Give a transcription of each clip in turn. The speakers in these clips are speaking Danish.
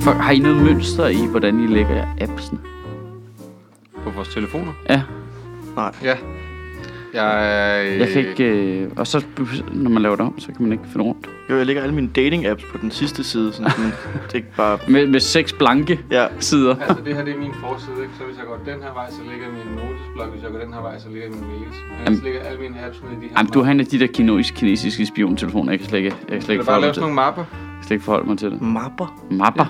For, har I noget mønster i, hvordan I lægger appsen? På vores telefoner? Ja, Nej. Ja. Jeg, øh, jeg kan ikke... Øh, og så, når man laver det om, så kan man ikke finde rundt. Jo, jeg lægger alle mine dating-apps på den sidste side, sådan, sådan det er ikke bare... Med, med seks blanke Ja, sider. Altså, det her det er min forside, ikke? Så hvis jeg går den her vej, så ligger min notesblok. Hvis jeg går den her vej, så ligger mine mails. Men ellers Jamen- ligger alle mine apps nede i de her Jamen, du har en af de der kinesiske, kinesiske spiontelefoner. Jeg kan slet ikke, jeg kan slet Kan ikke, du bare forholde, mig lave til, sådan nogle mapper? jeg kan slet ikke forholde mig til det. mapper. Mapper.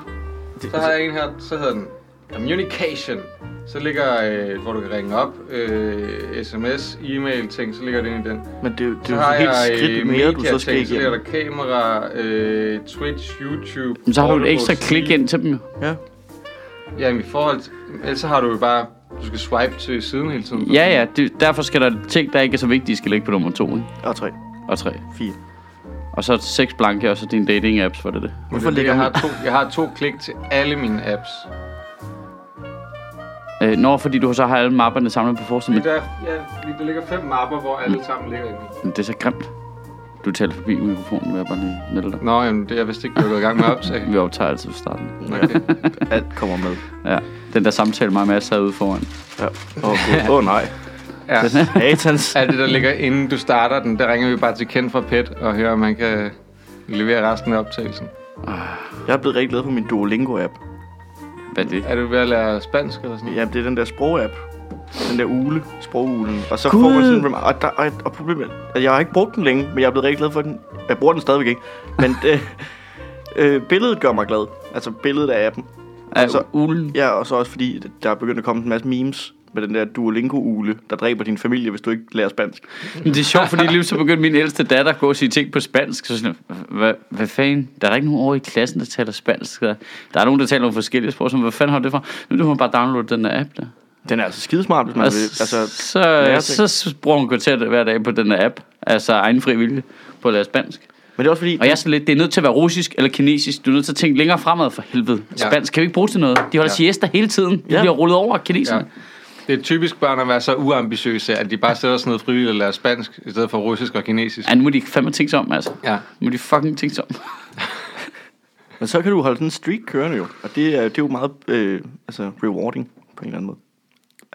Det, Så har jeg en her, så hedder den Communication. Så ligger, øh, hvor du kan ringe op, øh, sms, e-mail, ting, så ligger det inde i den. men det, er jo- det Så er jo har et helt jeg skridt øh, mere, du så skal mediating, så ligger igennem. der kamera, øh, Twitch, YouTube. Men så har du et Audible, ekstra Steam. klik ind til dem jo. Ja. Ja, men i forhold til, ellers så har du jo bare, du skal swipe til siden hele tiden. Ja, ja. Det, derfor skal der ting, der ikke er så vigtige, skal ligge på nummer to ikke? Og tre, og tre. fire. Og så seks blanke, og så dine dating-apps for det det. Hvorfor Hvorfor ligger jeg, har hun- to, jeg har to klik til alle mine apps. Øh, Nå, fordi du så har alle mapperne samlet på forsiden, men Der, ja, fordi der ligger fem mapper, hvor alle sammen ligger inde i. men det er så grimt. Du taler forbi mikrofonen, vil jeg bare lige melde dig. Nå, jamen, det jeg vidste ikke, vi var gået i gang med at optage. Vi optager altså fra starten. Okay. Alt kommer med. Ja. Den der samtale mig og Mads havde ude foran. Ja. Åh, oh, oh, nej. Ja. Satans. Alt det, der ligger inden du starter den, der ringer vi bare til Ken fra PET og hører, om han kan levere resten af optagelsen. Jeg er blevet rigtig glad for min Duolingo-app. Hvad er det? Er du ved at lære spansk eller sådan noget? Ja, det er den der sprog-app. Den der ule, sprogulen. Og så Gud! får man sådan en rem- og, der, og, og problemet er, at jeg har ikke brugt den længe, men jeg er blevet rigtig glad for den. Jeg bruger den stadigvæk ikke. Men det, øh, billedet gør mig glad. Altså billedet af appen. Er Altså- ulen? Ja, og så også fordi, der er begyndt at komme en masse memes med den der Duolingo-ule, der dræber din familie, hvis du ikke lærer spansk. Men det er sjovt, fordi lige så begyndte min ældste datter at gå og sige ting på spansk. Så sådan, hvad, hvad fanden? Der er da ikke nogen over i klassen, der taler spansk. Der, der er nogen, der taler nogle forskellige sprog. Så hvad fanden har du det for? Nu må man bare downloade den der app der. Den er altså skidesmart, hvis man Og vil. så, Altså, så, lærer så, så bruger hun kvarteret hver dag på den der app. Altså egen fri vilje på at lære spansk. men det er også fordi, Og jeg er sådan lidt, det er nødt til at være russisk eller kinesisk. Du er nødt til at tænke længere fremad for helvede. Ja. Spansk kan vi ikke bruge til noget. De holder ja. Ja. siesta hele tiden. De Ja. bliver rullet over af kineserne. Ja. Det er typisk børn at være så uambitiøse, at de bare sætter sig ned frivilligt og lærer spansk, i stedet for russisk og kinesisk. Ja. ja. nu må de fandme tænke sig om, altså. Ja. Nu må de fucking tænke sig om. men så kan du holde sådan en streak kørende jo. Og det er, det er jo meget øh, altså, rewarding på en eller anden måde.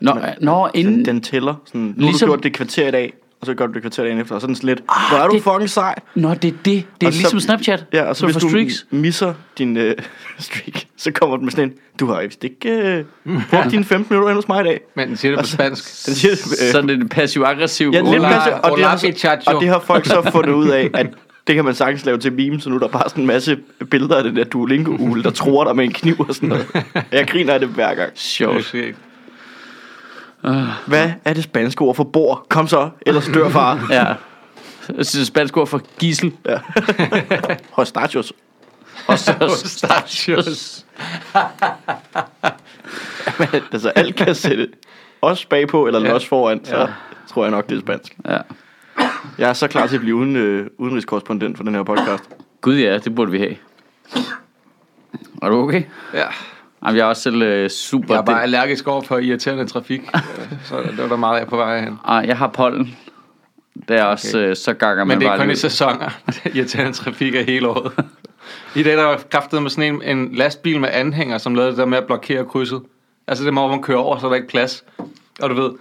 Nå, Men- nå inden... Den, den tæller. Sådan, nu ligesom... Ligesom- Ah, har du gjort det kvarter i dag, og så gør du det kvarter dagen efter, og sådan lidt, hvor er du det- fucking sej. Nå, det er det. Det er Og så- ligesom Snapchat. Ja, og så, du hvis får du streaks. m- misser din øh, streak, så kommer den med sådan en, du har vist ikke øh, brugt dine 15 minutter hen hos mig i dag. Men den siger det på spansk. Den siger, øh, Sådan en passiv-aggressiv. ja, lidt Hola- masse, og, det har, hola, muchacho. og det har folk så fundet ud af, at det kan man sagtens lave til meme, så nu er der bare sådan en masse billeder af den der Duolingo-ule, der tror dig med en kniv og sådan noget. Jeg griner af det hver gang. Sjovt. Det er Hvad er det spanske ord for bord? Kom så, ellers dør far. Ja. Så Spansk ord for gissel. Hostachios. Og så stachios. Altså alt kan sætte os bagpå eller ja. os foran, så ja. Ja. tror jeg nok, det er spansk. Ja. Jeg er så klar til at blive uden, øh, udenrigskorrespondent for den her podcast. Gud ja, det burde vi have. Er du okay? Ja. Jamen, jeg er også selv øh, super... Jeg er bare det- allergisk over for irriterende trafik, øh, så det var der meget af på vej hen. Ej, Ah, jeg har pollen. Det er også, øh, så ganger man Men det er bare kun i lidt. sæsoner. Irriterende trafik er hele året. I dag der var kraftet med sådan en, en lastbil med anhænger, som lavede det der med at blokere krydset. Altså det må man kører over, så er der ikke plads. Og du ved,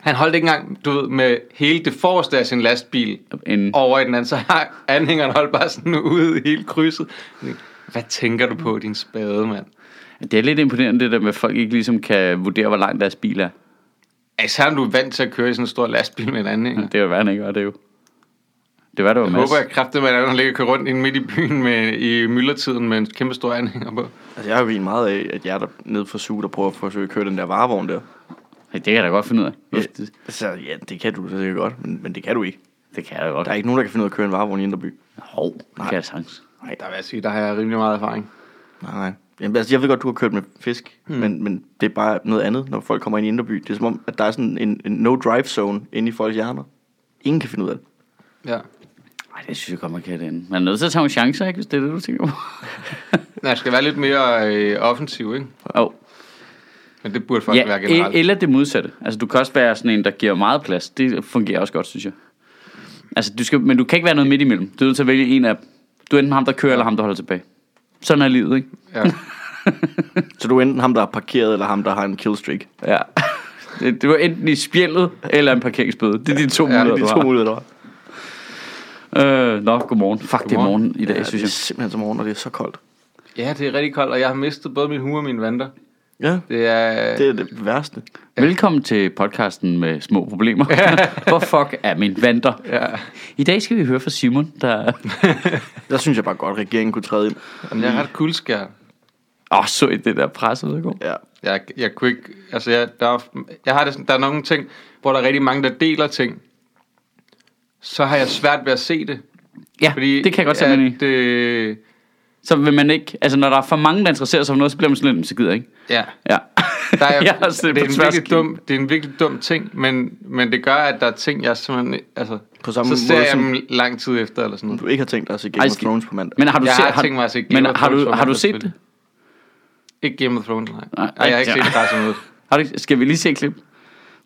han holdt ikke engang, du ved, med hele det forreste af sin lastbil En- over i den anden, så har anhængeren holdt bare sådan ude i hele krydset. Jeg tænkte, Hvad tænker du på, din spade, mand? Det er lidt imponerende, det der med, at folk ikke ligesom kan vurdere, hvor lang deres bil er. Altså, om du er vant til at køre i sådan en stor lastbil med en anhænger. Det er jo værre, end ikke, og det er jo... Det var det jo, Jeg Mads. håber, jeg kræfter med, at han ligger og kører rundt inde midt i byen med, i myldretiden med en kæmpe stor anhænger på. Altså jeg har jo egentlig meget af, at jeg er der nede for suge, der prøver at forsøge at køre den der varevogn der. Ja, Det kan jeg da godt finde ud af. Ja, Det, altså, ja, det kan du sikkert godt, men, men det kan du ikke. det kan jeg da godt. Der er ikke nogen, der kan finde ud af at køre en varevogn i Indreby. Hov, det kan jeg sagtens. Nej, der vil jeg sige, der har jeg rimelig meget erfaring. Nej, nej. Jamen, altså, jeg ved godt, du har kørt med fisk, mm. men, men det er bare noget andet, når folk kommer ind i Indreby. Det er som om, at der er sådan en, en no-drive zone inde i folks hjerner. Ingen kan finde ud af det. Ja. Nej, det synes jeg godt, man kan den. Man er nødt til at tage nogle chancer, ikke, hvis det er det, du tænker på. Man skal være lidt mere øh, offensiv, ikke? Oh. Men det burde folk ja, være Ja, generelt. e- eller det modsatte. Altså, du kan også være sådan en, der giver meget plads. Det fungerer også godt, synes jeg. Altså, du skal, men du kan ikke være noget midt imellem. Du er nødt til at vælge en af dem. Du er enten ham, der kører, eller ham, der holder tilbage. Sådan er livet, ikke? ja. Så du er enten ham, der er parkeret, eller ham, der har en killstreak. Ja. Det, det var enten i spjældet eller en parkeringsbøde. Det er de to Ja, muligheder, det er de du to har. muligheder, der var. Øh, nå, godmorgen. Fuck, det er Godmorgen. morgen i dag, Ja, ja, det er synes simpelthen som morgen, og det er så koldt. Ja, det er rigtig koldt, og jeg har mistet både min hue og mine vanter. Ja, Det er... det er det værste. jeg. Velkommen til podcasten med små problemer. Hvor fuck er min vanter? Ja. I dag skal vi høre fra Simon, der... Der synes jeg bare godt, at regeringen kunne træde ind. Jamen, jeg er ret kuldskær. Åh, oh, så I det der presse, der går. Ja. Jeg, jeg kunne ikke... Altså, jeg, der, er, jeg har det, sådan- der er nogle ting, hvor der er rigtig mange, der deler ting. Så har jeg svært ved at se det. Ja, Fordi, det kan jeg godt tage med i. at, øh, Så vil man ikke... Altså, når der er for mange, der interesserer sig for noget, så bliver man sådan lidt, "Mm, så gider jeg ikke. Ja. Ja. Der er, Jeg har det, er set en på tværs- virkelig dum, det er en virkelig dum ting, men, men det gør, at der er ting, jeg simpelthen... Altså, På samme så ser måde jeg som- dem lang tid efter, eller sådan noget. Du ikke har tænkt dig at se Game Ej, of skal- Thrones på mandag. Men har du, Jeg set, har tænkt mig at se Game men of har Thrones du, for har du mandag, set det? selvfølgelig. Ikke Game of Thrones, nej. Nej, nej, nej jeg har ikke ja. set det, der er sådan noget. Har du, ikke- skal vi lige se et klip?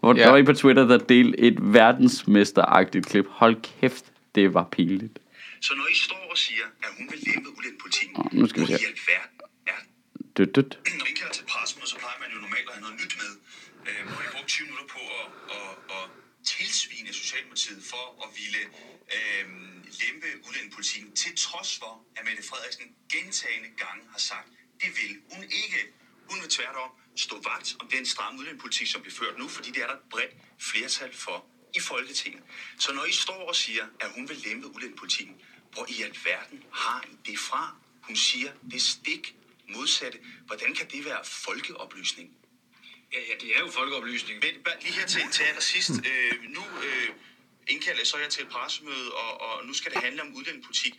Hvor ja. Ja. der var en på Twitter, der delte et verdensmesteragtigt klip. Hold kæft, det var pinligt. Så når I står og siger, at hun vil lempe udlændingepolitikken, Åh, nu skal vi se. hvor i alverden er den? Dødt, dødt. Når man indkalder til pressemøde, så plejer man jo normalt at have noget nyt med. Øh, nu har I brugt 20 minutter på at, at, at tilsvine Socialdemokratiet for at ville øh, lempe udlændingepolitikken, til trods for, at Mette Frederiksen gentagende gange har sagt, det vil hun ikke. Hun vil tværtom stå vagt om den stramme udlændingepolitik, som bliver ført nu, fordi det er der et bredt flertal for i Folketinget. Så når I står og siger, at hun vil lempe udlændingepolitikken, hvor i alverden har I det fra? Hun siger det stik modsatte. Hvordan kan det være folkeoplysning? Ja, ja, det er jo folkeoplysning. Men bare lige her til, til allersidst. Øh, nu øh, indkalder jeg så jer til et pressemøde, og, og nu skal det handle om udlændingepolitik.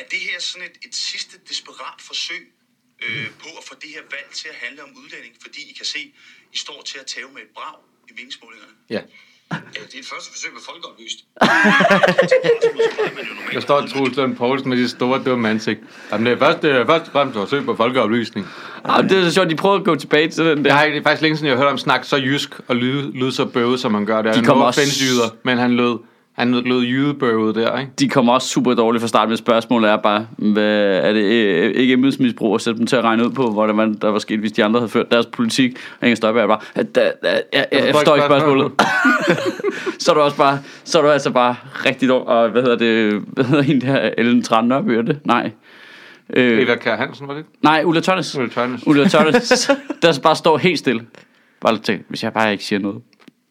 Er det her sådan et, et sidste desperat forsøg øh, på at få det her valg til at handle om udlænding? Fordi I kan se, I står til at tæve med et brag i meningsmålingerne. Ja. Ja, det er et første forsøg med folkeoplysning. Der står Troels Lund Poulsen med sit store dumme ansigt. Jamen, det er først, det er først og fremmest at søge på folkeoplysning. Ah, det er så sjovt, de prøvede at gå tilbage til den Jeg der. har ikke, det er faktisk længe siden, jeg har hørt om snak så jysk og lyde, lyde så bøvet, som man gør der. De kommer no også- offense, jyder, men han lød, han lød, lød jydebøvet der, ikke? De kommer også super dårligt fra start med spørgsmålet er bare, hvad, er det øh, ikke embedsmisbrug at sætte dem til at regne ud på, hvordan man, der var sket, hvis de andre havde ført deres politik? Og Inger Støjberg er bare, at, at, at, at, at, jeg forstår ikke spørgsmålet. så er du også bare, så er du altså bare rigtig dårlig. Og hvad hedder det, hvad hedder hende der, Ellen Trandnørby, er det? Nej. Øh, Peter Kær Hansen, var det? ikke? Nej, Ulla Tørnes. Ulla Tørnæs. Ulla Tørnes, der bare står helt stille. Bare lidt tænkt, hvis jeg bare ikke siger noget,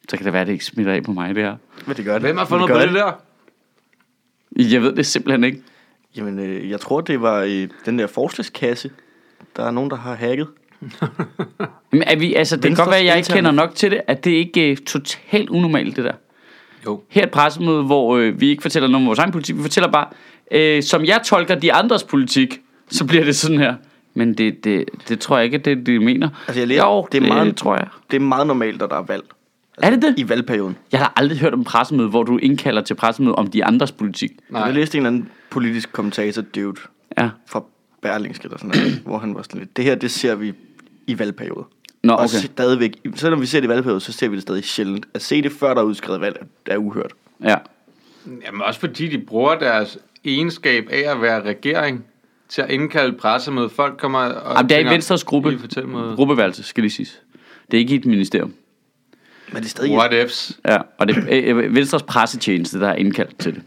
så kan det være, at det ikke smitter af på mig, det her. Men det gør det. Hvem har fundet gør på det der? Jeg ved det simpelthen ikke. Jamen, øh, jeg tror, det var i den der forslagskasse. Der er nogen, der har hacket. Men er vi, altså, det kan Venstres godt være, at jeg ikke interne- kender nok til det, at det ikke er totalt unormalt, det der. Jo. Her er et pressemøde, hvor øh, vi ikke fortæller noget om vores egen politik, vi fortæller bare, øh, som jeg tolker de andres politik, så bliver det sådan her. Men det, det, det tror jeg ikke, det de mener. Altså, jeg læser- jo, det er meget- tror jeg. Det er meget normalt, at der er valg. Er det det? I valgperioden. Jeg har aldrig hørt om pressemøde, hvor du indkalder til pressemøde om de andres politik. Nej. Nej. Jeg læste en eller anden politisk kommentator, dude, Ja. fra Berlingske eller sådan noget, hvor han var sådan lidt, det her, det ser vi i valgperioden. Nå, Og okay. stadigvæk, selvom vi ser det i valgperioden, så ser vi det stadig sjældent. At se det, før der er udskrevet valg, er uhørt. Ja. Jamen også fordi de bruger deres egenskab af at være regering til at indkalde pressemøde. Folk kommer og Jamen, det er i tænker, Venstres gruppe, "I fortæl mig gruppeværelse, skal lige siges. Det er ikke i et ministerium. Men det er stadig... What ifs? Ja, og det er øh, Venstres pressetjeneste, der er indkaldt til det.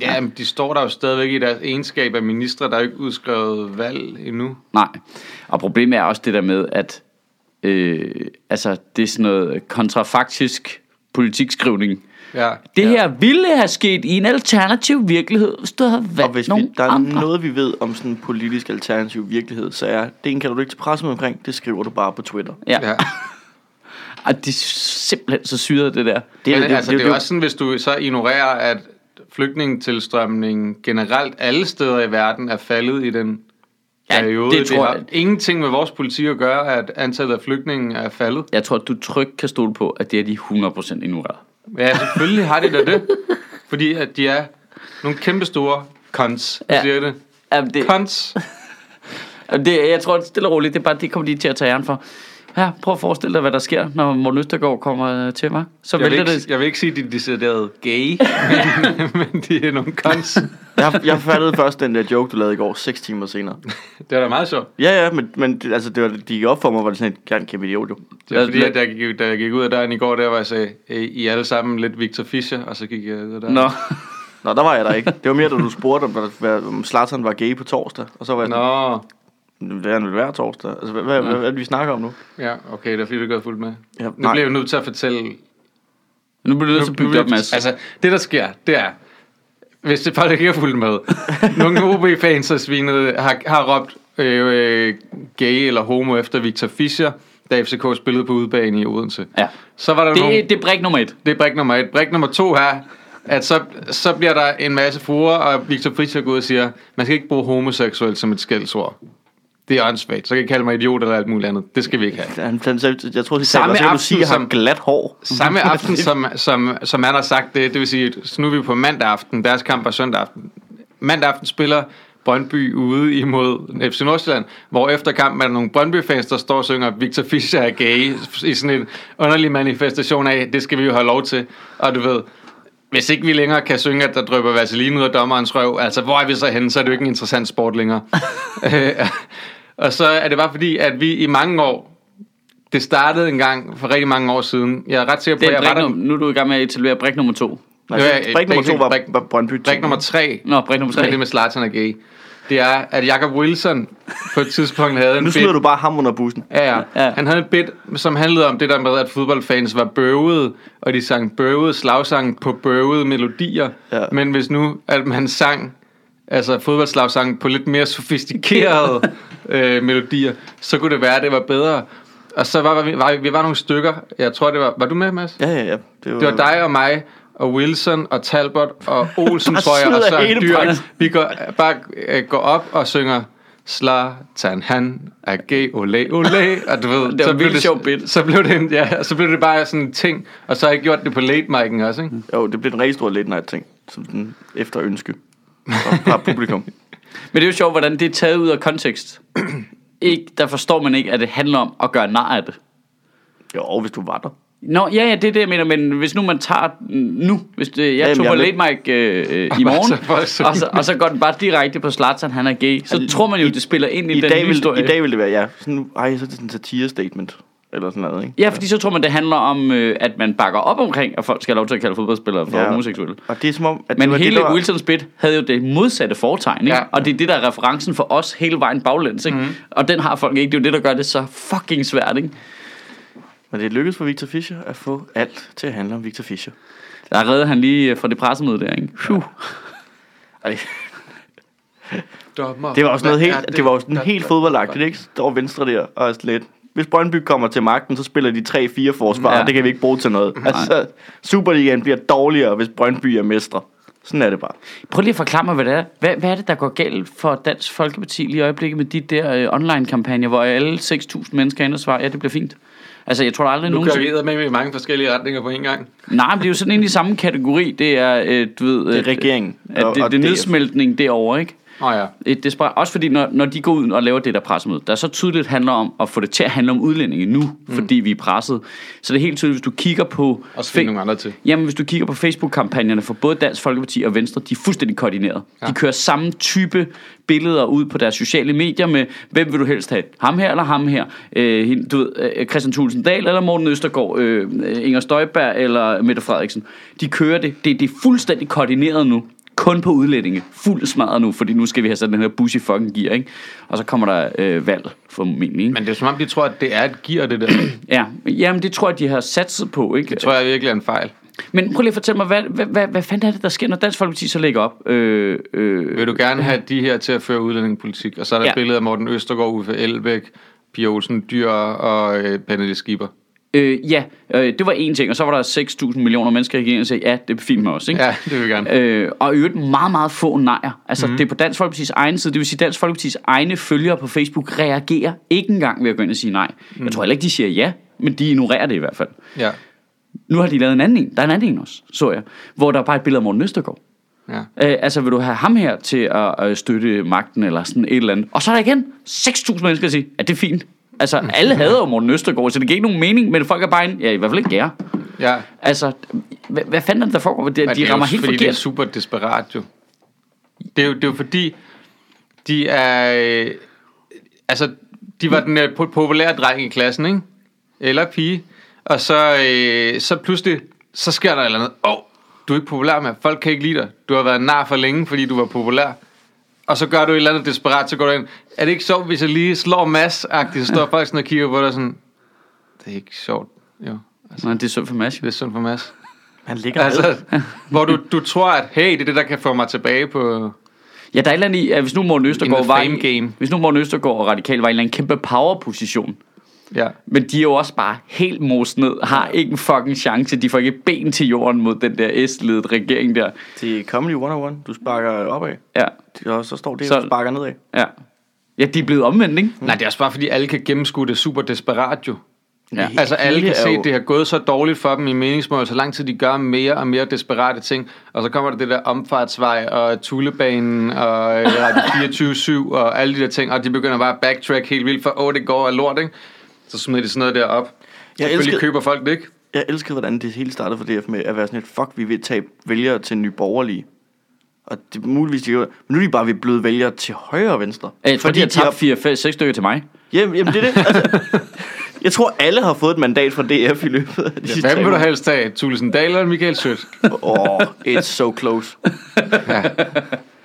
Ja, men de står der jo stadigvæk i deres egenskab af ministre, der er jo ikke udskrevet valg endnu. Nej. Og problemet er også det der med, at øh, altså, det er sådan noget kontrafaktisk politikskrivning. Ja. Det her ville have sket i en alternativ virkelighed, hvis du havde Og valgt hvis nogen vi, der er andre. noget, vi ved om sådan en politisk alternativ virkelighed, så er, det en kan du ikke til pressen omkring, det skriver du bare på Twitter. Ja. ja. ja. Og det er simpelthen så syret, det der. Det, Men altså, det er jo også sådan, hvis du så ignorerer, at flygtningetilstrømningen generelt alle steder i verden er faldet i den Ja, periode. det tror har jeg- ingenting med vores politik at gøre, at antallet af flygtninge er faldet. Jeg tror, at du trygt kan stole på, at det er de 100% ignoreret. Ja, selvfølgelig har de da det. Fordi at de er nogle kæmpe store cons, Ja. ja. siger jeg det. Jamen, det, Cons. Jamen, Det, jeg tror, det er stille og roligt, det er bare, det kommer de til at tage æren for. Ja, prøv at forestille dig, hvad der sker, når Morten Østergaard kommer øh, til mig. Så Jeg vil, vælter ikke, det. jeg vil ikke sige, at de er decideret gay, men, men de er nogle cons. Jeg, jeg fattede først den der joke, du lavede i går, 6 timer senere. Det var da meget sjovt. Ja, ja, men, men det, altså, det var, de gik op for mig, hvor det sådan, jeg er en kæmpe idiot, jo. Det er Lad- fordi, lad- at jeg gik, da jeg gik ud af døren i går, der var jeg sagde, "Hey, I er alle sammen lidt Victor Fischer, og så gik jeg ud af døren. Nå, Nå, der var jeg der ikke. Det var mere, da du spurgte, om, hvad- hvad- om Zlatan var gay på torsdag. Og så var jeg sådan, Nå. det er han vel hver torsdag. Altså, hvad, hvad, hvad, hvad er det, vi snakker om nu? Ja, okay, det er fordi, du ikke har fulgt med. Ja, nu nej. bliver jeg nødt til at fortælle nu bliver du nødt til Nu- at nu bygge det bliver- op, Mads. Altså, det der sker, det er, hvis det folk ikke har fulgt med, nogle OB-fans har svinet, har, har råbt øh, øh, gay eller homo efter Victor Fischer, da FCK spillede på udebane i Odense. Ja. Så var der nogle, Det, det er brik nummer et. det er brik nummer et. Brik nummer to er, at så, så bliver der en masse fruer, og Victor Fischer går ud og siger, man skal ikke bruge homoseksuel som et skældsord. Det er åndssvagt. Så kan I kalde mig idiot eller alt muligt andet. Det skal vi ikke have. Han, han, sagde- jeg tror, de Samme sagde, at du aften siger, at han har som- glat hår. Mhm. Samme aften, som, som, som han har sagt det, det vil sige, så nu er vi på mandag aften, deres kamp er søndag aften. Mandag aften spiller Brøndby ude imod FC Nordsjælland, hvor efter kampen er der nogle Brøndby-fans, der står og synger, Victor Fischer er gay, i sådan en underlig manifestation af, det skal vi jo have lov til. Og du ved, hvis ikke vi længere kan synge, at der drøber vaseline ud af dommerens røv, altså hvor er vi så henne, så er det jo ikke en interessant sport længere. Øh, og så er det bare fordi, at vi i mange år, det startede en gang for rigtig mange år siden. Jeg er ret sikker på, Det at er jeg brik retter nummer, nu er du i gang med at etablere brik nummer to. Nej, Det var- så brik altså, nummer to var, var Brøndby. brik nummer tre. Nå, brik nummer Så er det tre. med Slatern og Gay. Det er, at Jacob Wilson på et tidspunkt havde en Nu bit- smider du bare ham under bussen. Ja, ja. Ja. ja. Han havde en bit, som handlede om det der med, at fodboldfans var bøvede, og de sang bøvede slagsange på bøvede melodier. Ja. Ja. Men hvis nu, at man sang altså fodboldslagsange på lidt mere sofistikerede øh, melodier, så kunne det være, at det var bedre. Og så var vi, var, vi var nogle stykker. Jeg tror, det var... Var du med, Mads? Ja, ja, ja. Det var dig og mig og Wilson og Talbot og Olsen, Bare tror jeg, og smider Søren hele Dyr. pakken. Vi går, bare øh, går op og synger Slatan, han er gay, ole, ole. Og du ved, Det var en vildt sjov bit. Så blev det, en, ja, så blev det bare sådan en ting. Og så har jeg gjort det på late mic'en også, ikke? Jo, det blev en rigtig stor late night ting. Som den efter ønske. Fra, fra publikum. Men det er jo sjovt, hvordan det er taget ud af kontekst. Ikke, der forstår man ikke, at det handler om at gøre nar af det. Jo, og hvis du var der. Nå, ja, ja, det er det, jeg mener, men hvis nu man tager den nu, hvis det, jeg Jamen, tog jeg på er late mic øh, øh, i morgen, så bare sådan. og, så, og så går den bare direkte på Slatern, han er gay, så tror man jo, det spiller ind i, Altså, I den dag, nye vil, historie. I dag vil det være, ja. Sådan, ej, så er det sådan en satire-statement. Eller sådan noget, ikke? Ja, fordi så tror man, det handler om, øh, at man bakker op omkring, at folk skal have lov til at kalde fodboldspillere for ja. homoseksuelle. Og det er som om, at det Men var hele det, der det, var- Wilsons bit havde jo det modsatte foretegn, ikke? Ja. Ja. Og det er det, der er referencen for os hele vejen baglæns, ikke? Mm. Og den har folk ikke. Det er jo det, der gør det så fucking svært, ikke? Men det lykkedes for Victor Fischer at få alt til at handle om Victor Fischer. Der redder han lige øh, fra det pressemøde der, ikke? Phew. Ej, Dommer, det var også noget hvad helt, er det, var også sådan helt fodboldagtigt, ikke? Står venstre der og er sådan lidt. Hvis Brøndby kommer til magten, så spiller de 3-4 forsvar, Ja. ja. og det kan vi ikke bruge til noget. Altså, Superligaen bliver dårligere, hvis Brøndby er mestre. Sådan er det bare. Prøv lige at forklare mig, hvad det er. Hvad, hvad er det, der går galt for Dansk Folkeparti lige i øjeblikket med de der øh, online-kampagner, hvor alle 6.000 mennesker er inde og svarer, ja, det bliver fint. Altså, jeg tror der aldrig Nu nogen... kører vi med i mange forskellige retninger på en gang. Nej, men det er jo sådan egentlig samme kategori. Det er, øh, du ved... Det er regeringen. At og- det, og det er DF. nedsmeltning derovre, ikke? Åh oh, ja. Et desperat, også fordi, når, når de går ud og laver det der pressemøde, der så tydeligt handler om at få det til at handle om udlændinge nu, mm. fordi vi er presset. Så det er helt tydeligt, hvis du kigger på... Og så fik nogle andre til. Jamen, hvis du kigger på Facebook-kampagnerne for både Dansk Folkeparti og Venstre, de er fuldstændig koordineret. Ja. De kører samme type billeder ud på deres sociale medier med, hvem vil du helst have? Ham her eller ham her? Øh, hende- du ved, øh, Christian Thulsen Dahl eller Morten Østergaard? Øh, Inger Støjberg eller Mette Frederiksen? De kører det. Det, det er fuldstændig koordineret nu. Kun på udlændinge. Fuld smadret nu, fordi nu skal vi have sådan den her bus i fucking gear, ikke? Og så kommer der øh, valg, formentlig. Ikke? Men det er som om, de tror, at det er et gear, det der. Det Ja, jamen det tror jeg, de har satset på, ikke? tror jeg virkelig er en fejl. Men prøv lige at fortælle mig, hvad, hvad, hvad, hvad fanden er det, der sker, når Dansk Folkeparti så lægger op? Øh, øh, Vil du gerne have de her til at føre udlændingepolitik? Og så er der Ja. ja. billeder af Morten Østergaard, Uffe Elbæk, Pia Olsen Dyr og øh, Pernille Skipper. øh, ja, øh, det var en ting, og så var der 6.000 millioner mennesker i regeringen, der sagde, ja, det er fint med os, ikke? Ja, det vil vi gerne. Mhm. Øh, og i øvrigt meget, meget få nejer. Altså, mm. det er på Dansk Folkeparti's egen side. Det vil sige, at Dansk Folkeparti's egne følgere på Facebook reagerer ikke engang ved at gå ind og sige nej. Mhm. Mm. Jeg tror heller ikke, de siger ja, men de ignorerer det i hvert fald. Ja. Nu har de lavet en anden en. Der er en anden en også, så jeg. Hvor der er bare et billede af Morten Østergaard. ja. Øh, altså, vil du have ham her til at øh, støtte magten eller sådan et eller andet? Og så er der igen 6.000 mennesker, der siger, at det er fint. Altså, Mm. alle hader jo Morten Østergaard, så det giver ikke nogen mening, men folk er bare en, ja, i hvert fald ikke jer. Ja. Altså, hvad, hvad fanden er det, der foregår? Det, Men det de er rammer jo, helt fordi forkert. det er super desperat jo. Det er jo, det er jo fordi, de er... øh, Altså, de var den øh, po- populære dreng i klassen, ikke? Eller pige. Og så, øh, så pludselig, så sker der et eller andet. Åh, oh, du er ikke populær, med. Folk kan ikke lide dig. Du har været nar for længe, fordi du var populær. Og så gør du et eller andet desperat, så går du ind. Er det ikke sjovt, hvis jeg lige slår mass-agtigt, så står folk sådan og kigger på dig sådan... Det er ikke sjovt, jo. Nej, det er synd for Mads. Det er synd for mass. Han ligger altså, Altså, hvor du, du tror, at hey, det er det, der kan få mig tilbage på... Ja, der er et eller andet i, at hvis nu Morten Østergaard the var... fame game. Hvis nu Morten Østergaard og Radikal var i en eller anden kæmpe powerposition, Ja. men de er jo også bare helt mos ned, har ikke en fucking chance, de får ikke et ben til jorden mod den der S-ledede regering der. til Comedy 101. Du sparker opad, Ja, og så står det, Så- så... og du sparker nedad. ja. Ja, de er blevet omvendt, ikke? Nej, det er også bare, fordi alle kan gennemskue det super desperat jo. Ja. Altså, alle hele kan se, er jo- at det har gået så dårligt for dem i meningsmål, så lang tid de gør mere og mere desperate ting. Og så kommer der det der omfartsvej og Tulebanen og øh, Radio 24-7 og alle de der ting, og de begynder bare at backtrack helt vildt for, åh, det går og lort, ikke? Så smider de sådan noget der op. Jeg Selvfølgelig elskede- køber folk det, ikke? Jeg elskede, hvordan det hele startede for DF med at være sådan et, fuck, vi vil tage vælgere til nye borgerlige. Og det er muligvis, de gjorde, men nu er de bare ved bløde vælgere til højre og venstre. Jeg tror, Øh, de har har- tabt 4-6 stykker til mig. Jamen, jamen det er det. Altså, jeg tror, alle har fået et mandat fra DF i løbet af de ja, sidste Hvem tre vil du måneder. helst tage? Tulsen Dahl eller Michael Sødt? Åh, oh, it's so close.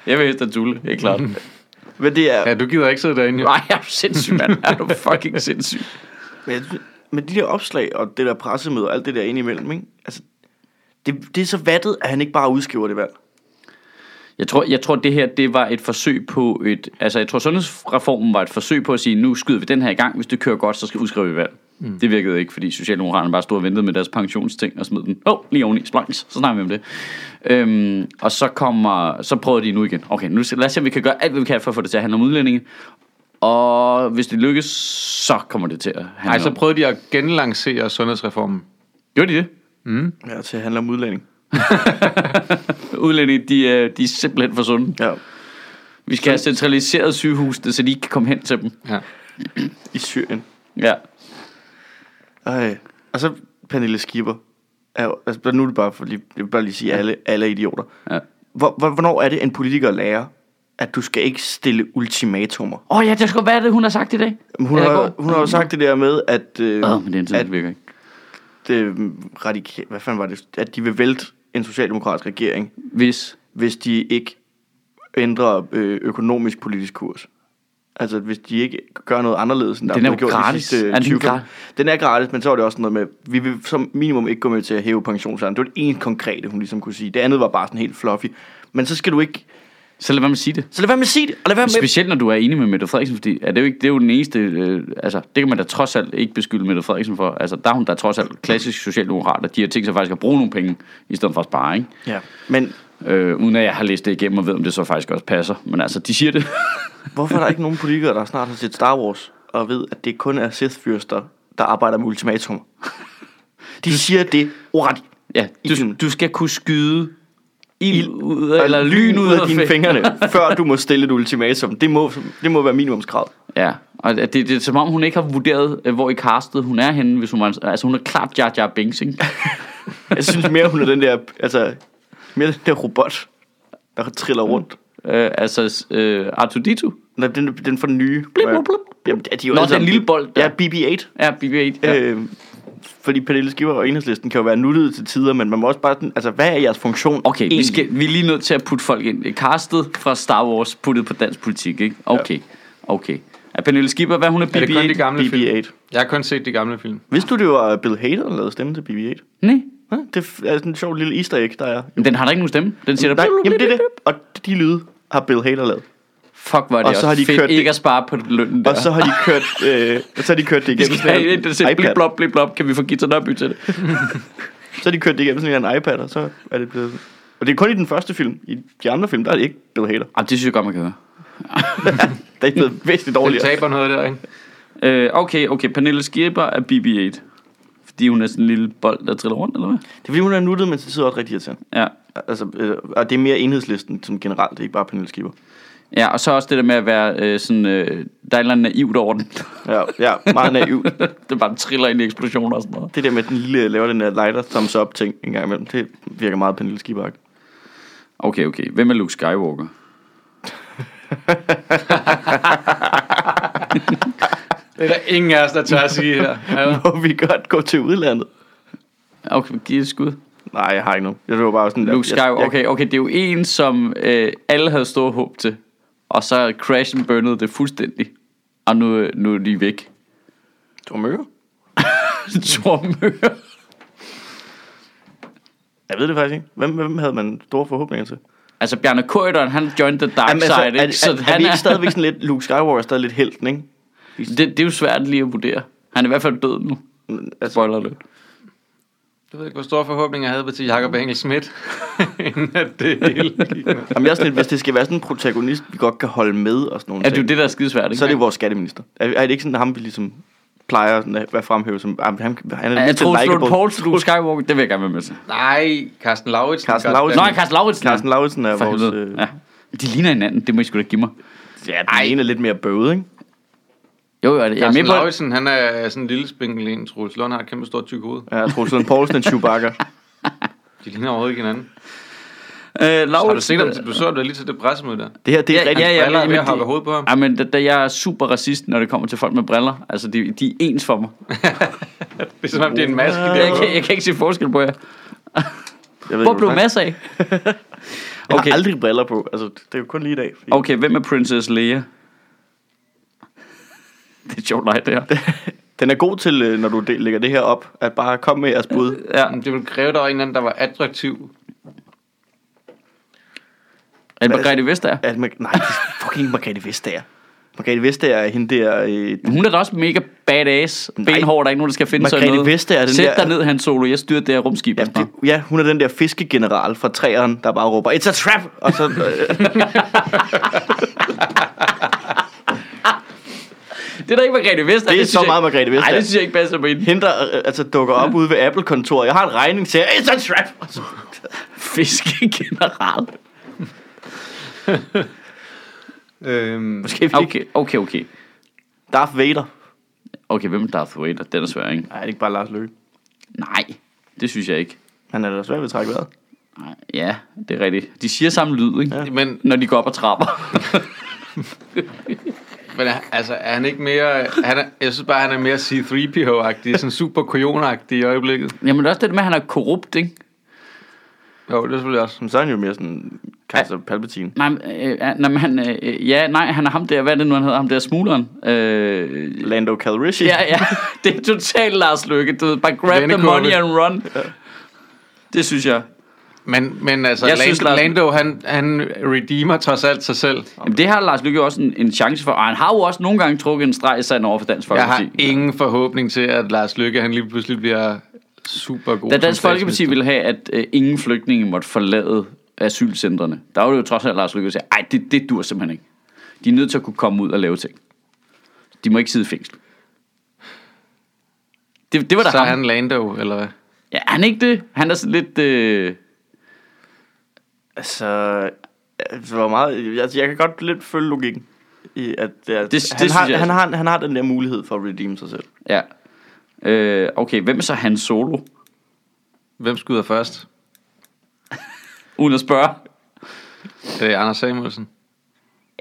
Jeg vil helst have Tulle, helt klart. Men det er... Ja, du gider ikke sidde derinde. Jo. Nej, er du sindssyg, mand. Er du fucking sindssyg. Men, jeg synes- men de der opslag og det der pressemøde og alt det der indimellem, ikke? Altså, det, det er så vattet, at han ikke bare udskriver det valg. Jeg tror, jeg tror, det her det var et forsøg på et... Altså, jeg tror, sundhedsreformen var et forsøg på at sige, nu skyder vi den her i gang. Hvis det kører godt, så skal udskrive vi valg. Mm. Det virkede ikke, fordi Socialdemokraterne bare stod og ventede med deres pensionsting og smed den. Åh, oh, lige oveni, splangs. Så snakker vi om det. Øhm, og så, kommer, så prøver de nu igen. Okay, nu skal, lad os se, om vi kan gøre alt, hvad vi kan for at få det til at handle om udlændinge. Og hvis det lykkes, så kommer det til at handle Nej, så om... prøvede de at genlancere sundhedsreformen. Gjorde de det? Ja, til at handle om udlænding. Udlændinge, de, er- de er simpelthen for sunde. Ja. Vi skal have centraliseret sygehusene, så de ikke kan komme hen til dem. Ja. I Syrien. Ja. Ej. Og så Pernille Skipper. Er, jo- altså, nu er det bare for lige, jeg vil bare lige sige, at alle, alle er idioter. Ja. Hvor, hvor, hvornår er det, en politiker lærer, at du skal ikke stille ultimatumer? Åh oh, ja, det skulle være det, hun har sagt i dag. Hun Eller har, går. Mm. hun har jo sagt det der med, at, øh, Åh, oh, men det er at en virker ikke. øh, radikal, hvad fanden var det, at de vil vælte en socialdemokratisk regering, Hvis. hvis de ikke ændrer øh, økonomisk politisk kurs. Altså, hvis de ikke gør noget anderledes, end der Den er blevet jo gjort gratis. De sidste, Er den 20 gratis? Den er gratis, men så var det også noget med, vi vil som minimum ikke gå med til at hæve pensionsalderen. Det var det ene konkrete, hun ligesom kunne sige. Det andet var bare sådan helt fluffy. Men så skal du ikke... Så lad være med at sige det. Så lad være med at sige det, og lad være med... Specielt når du er enig med Mette Frederiksen, fordi er det, jo ikke, det er jo den eneste, øh, altså det kan man da trods alt ikke beskylde Mette Frederiksen for. Altså der er hun da trods alt klassisk socialdemokrat, og de har tænkt sig faktisk at bruge nogle penge, i stedet for at spare, ikke? Ja, men Øh, uden at jeg har læst det igennem og ved, om det så faktisk også passer. Men altså, de siger det. Hvorfor er der ikke nogen politikere, der snart har set Star Wars, og ved, at det kun er Sith-fyrster, der arbejder med ultimatum? De siger det ordret. ja, I du, den- du skal kunne skyde ild ud, af- eller lyn ud af dine fingre. fingrene, før du må stille et ultimatum. Det må, det må være minimumskrav. Ja, og det, det er som om, hun ikke har vurderet, øh, hvor i castet hun er henne. Hvis hun var, en- altså, hun er klart Jar Jar Binks, ikke? Jeg synes mere, hun er den der, altså, mere den der robot, der triller rundt. Øh, altså, øh, R2-D2. Nå, den, den for den nye. Blip, blip, blip. Jamen, de er jo Nå, alle sammen- den lille bold der. Ja, BB-8. Ja, BB-8. Ja. Øh, fordi Pernille Skipper og Enhedslisten kan jo være nuttede til tider, men man må også bare sådan, altså, hvad er jeres funktion Okay, vi, egentlig? skal, vi er lige nødt til at putte folk ind. Castet fra Star Wars puttet på dansk politik, ikke? Okay, okay. Er Pernille Skipper, hvad hun er, Er det kun de BB-8? gamle film? BB-8. Jeg har kun set de gamle film. Vidste du, det var Bill Hader, der lavede stemme til BB-8? Nej, Hæ? Det er sådan en sjov lille easter egg, der er. men den har da ikke nogen stemme. Den siger der... Nej, jamen det er det. Og de lyde har Bill Hader lavet. Fuck, hvor er det Og så også har de fedt kørt det- ikke at spare på lønnen der. Og så har de kørt, øh, så har de kørt det Vi igennem skal have sådan en, der en siger, blip, iPad. blop, blip, blop. Kan vi få Gita Nørby til det? Så har de kørt det igennem sådan en iPad, og så er det blevet... Og det er kun i den første film. I de andre film, der er det ikke Bill Hader. Jamen, det synes jeg godt, man kan høre. Der er blevet væsentligt Den dårligere. taber noget der, ikke? Øh, okay, okay. Pernille Skipper er BB-8. Fordi hun er sådan en lille bold, der triller rundt, eller hvad? Det er fordi, hun er nuttet, men det sidder også rigtig irriterende. Ja. Altså, øh, og det er mere enhedslisten som generelt, det er ikke bare Pernille Skipper. Ja, og så også det der med at være øh, sådan... Øh, der er et eller andet naivt over den. Ja, ja meget naivt. det bare triller ind i eksplosioner og sådan noget. Det der med, at den lille laver den der lighter thumbs up ting en gang imellem, det virker meget Pernille Skibak. Okay, okay. Hvem er Luke Skywalker? Det er der ingen af os, der tør at sige her. Ja. Må vi godt gå til udlandet? Okay, giv et skud. Nej, jeg har ikke noget. Jeg var bare sådan... Luke jeg- jeg- Skywalker. Okay, okay. Det er jo en, som øh, alle havde store håb til. Og så crashen burnede det fuldstændig. Og nu, øh, nu er de væk. Tom Møger? Tormøre. Jeg ved det faktisk ikke. Hvem, hvem havde man store forhåbninger til? Altså, Bjarne Køderen, han joined the dark side, er, ikke? altså, er, er, er, han vi ikke stadigvæk sådan lidt... Luke Skywalker er stadig lidt helten, ikke? det, det er jo svært lige at vurdere. Han er i hvert fald død nu. Altså, Spoiler lidt. Jeg ved ikke, hvor store forhåbninger jeg havde til Jacob Engel Schmidt, inden at det hele gik ned. jamen, jeg er sådan lidt, hvis det skal være sådan en protagonist, vi godt kan holde med og sådan nogle Ja, det er ting, jo det, der er skidesvært, ikke? så er det jo vores skatteminister. Er, er det ikke sådan ham, vi ligesom plejer sådan at være fremhævet som... Jamen, han, han er Jeg lidt tror, Slund likeable. Poulsen, Luke Skywalker, det vil jeg gerne være med til. Nej, Carsten Lauritsen. Carsten Nå, Lauritsen. ja, Carsten Lauritsen. Carsten Lauritsen er For vores... helvede. Øh, ja. De ligner hinanden, det må I sgu da give mig. ja, den ene er lidt mere bøvet, ikke? Jo, jo, jeg er med Carsten på det. Lauritsen, han er sådan en lille spinkel en. Troels Lund har et kæmpe stort tyk hoved. Ja, jeg tror, Søren Poulsen er Chewbacca. De ligner overhovedet ikke hinanden. Øh, Lauritsen, Har du set ham? Du så det lige til det pressemøde der. Det her, det er Ja, rigtig ja, ja, Briller er men- ved men at hakke det- hovedet på ham. Ja, men da, da jeg er super racist, når det kommer til folk med briller. Altså, de, de er ens for mig. Det er som om, det er en maske. Jeg, jeg, kan, jeg kan ikke se forskel på jer. Jeg ved, Hvor ikke, blev du Mads af? Jeg har Okay. aldrig briller på. Altså, det er jo kun lige i dag. Fordi... Okay, hvem er Princess Leia? Det er sjovt nej, det her. Den er god til, øh, når du de- lægger det her op, at bare komme med jeres bud. Ja. Men Det ville kræve, at der var en eller anden, der var attraktiv. Er det Margrethe Vestager? At man... Nej, det er fucking Margrethe Vestager. Margrethe Vestager er hende der... Øh... Hun er da også mega badass. Benhård, der er ikke nogen, der skal finde sig i Margrethe noget. Vestager er den Sæt der- dig ned, Han Solo. Jeg styrer det her rumskib. altså. Ja, det, ja, hun er den der fiskegeneral fra træeren, der bare råber, It's a trap! Og så, øh, det er da ikke Margrethe Vestager. Det er synes så jeg- meget Margrethe Vestager. Nej, det synes jeg ikke passer på hende. hende der øh, altså, dukker op ude ved Apple-kontoret. Jeg har en regning til jer. It's a trap! Og så, Fiskegeneral. Øhm, måske vi ikke. Okay, okay, okay. Darth Vader. Okay, hvem er Darth Vader? Den er svær, ikke? Nej, det er ikke bare Lars Løkke. Nej, det synes jeg ikke. Han er da svært ved at trække vejret. Nej, Ja, det er rigtigt. De siger samme lyd, ikke? Ja. men, Når de går op og trapper. men er- altså, er han ikke mere... Han er, jeg synes bare, han er mere C-3PO-agtig. Sådan super kujonagtig i øjeblikket. Jamen, det er også det med, at han er korrupt, ikke? Jo, det er selvfølgelig også. Men så er han jo mere sådan kejser Palpatine. Nej, men, øh, ja, nej, men han, øh, ja, nej, han er ham der, hvad er det nu, han hedder? Ham der smugleren. Øh, Lando Calrissian. ja, ja, det er totalt Lars Løkke. Du ved, bare grab the Vendekurve. money and run. Det synes jeg. Men, men altså, Jeg Lando, synes, synes, Lars- Lando han, han redeemer trods alt sig selv. Jamen, det har Lars Løkke jo også en, en chance for, og han har jo også nogle gange trukket en streg i sand over for Dansk Jeg Folkeparti. har ingen forhåbning til, at Lars Lykke han lige pludselig bliver super god. Da Dansk Folkeparti ville have, at øh, ingen flygtninge måtte forlade asylcentrene, der var det jo trods alt Lars Løkke, der sagde, ej, det, det dur simpelthen ikke. De er nødt til at kunne komme ud og lave ting. De må ikke sidde i fængsel. Det, det var da Så er ham. han Lando, eller hvad? Ja, er han ikke det? Han er sådan lidt... Øh... Altså, altså, hvor meget, altså, jeg kan godt lidt følge logikken. I, at, at det, altså. det han, synes har, jeg- han, har, han har den der mulighed for at redeem sig selv. Ja. Øh, okay, hvem er så Han Solo? Hvem skyder først? Uden at spørge. Det er Anders Samuelsen.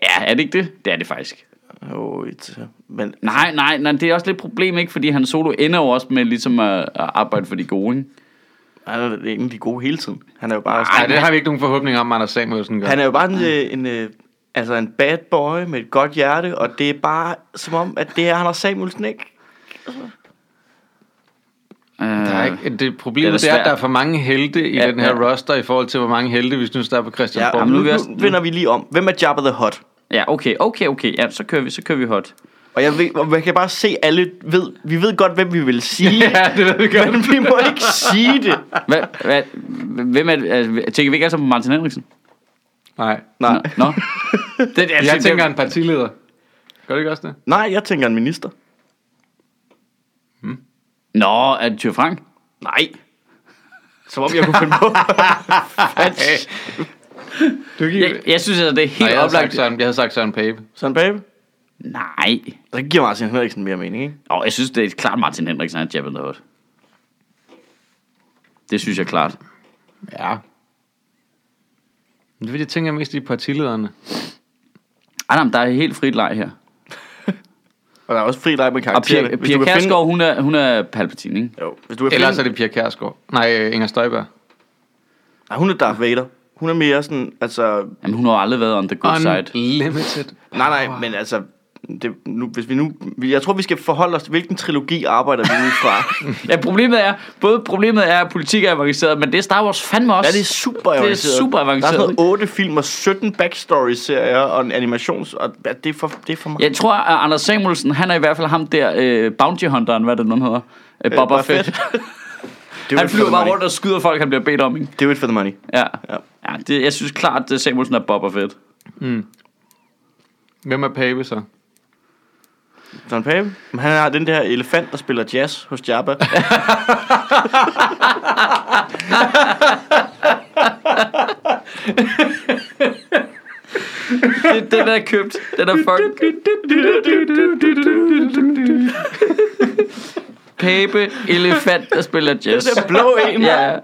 Ja, er det ikke det? Det er det faktisk. Oh, it, men Nej, nej, nej, det er også lidt et problem, ikke? Fordi Han Solo ender jo også med ligesom at, at arbejde for de gode, ikke? han er da egentlig god hele tiden. Han er jo bare, Nej, det har vi ikke nogen forhåbning om, Anders Samuelsen gør. han er jo bare en, øh, en, øh, altså en bad boy med et godt hjerte, og det er bare som om, at det er Anders Samuelsen ikke. Øh, Der er ikke, det problemet Det det er er, da det er, at der er svært. for mange helte i Ja, ja, den her ja. ja. roster i forhold til, hvor mange helte vi synes, der er på Ja, Christiansborg. jamen, nu er nu, vi nu, også- nu- vender vi lige om. Hvem er Jabba the Hot? Ja, okay, okay, okay. Ja, så kører vi, så kører vi hot. Og jeg, ved, og man kan bare se alle ved, vi ved godt, hvem vi vil sige, ja det ved vi godt. men vi må ikke sige det. Hvad, hvad, hvem er det? Altså, tænker vi ikke altså på Martin Henriksen? Nej, Nej, Nå. Det, altså- jeg, jeg tænker en partileder. Gør det ikke også det? nej, jeg tænker en minister. Nå, er det Thyre Frank? Nej. Som om jeg kunne finde på. Hey. Du Du kan Jeg, jeg synes, at det er Nej, helt jeg, Nej, havde sagt oplagt. Søren, jeg havde sagt Søren Pape. Søren Pape? Nej. Der giver Martin Henriksen mere mening, ikke? Nå, jeg synes, det er klart Martin Henriksen, han jabbede the hood. Det synes jeg klart. Ja. Men Det er fordi, jeg tænker mest i partilederne. Ej, nej, men der er helt frit leg her. Og der er også fri leg med Og karaktererne. Pia, Pia Kærsgaard, hun er, hun er Palpatine, ikke? Jo, hvis du kan Ellers er finde... det Pia Kærsgaard. Nej, øh, Inger Støjberg. Nej, Ah, hun er Darth Vader. Hun er mere sådan, altså... Jamen, hun har aldrig været on the good side. Unlimited. Nej, nej, men altså... Det, nu, hvis vi nu, vi- jeg tror, vi skal forholde os til, hvilken trilogi arbejder vi ud fra. Ja, problemet er, både problemet er, at politik er avanceret, men det er Star Wars fandme også. Ja, det er super avanceret. Det er super avanceret. Der er sådan noget 8 film og 17 backstory-serier og en animations... Og ja, det, er for, det er for meget. Jeg tror, at Anders Samuelsen, han er i hvert fald ham der, øh, Bounty Hunteren, hvad er det nu han hedder? Øh, Boba Boba Fett. Fett. Det er jo han et for flyver the bare money. rundt og skyder folk, han bliver bedt om, ikke? Det er jo et for the money. Ja. Ja. ja det, jeg synes klart, at Samuelsen er Boba Fett. Hvem er Pape så? Don Pape, men han har den der elefant, der spiller jazz hos Jabba. Det, den er købt. Den er fucking... Pape, elefant, der spiller jazz. Den blå en. Ja,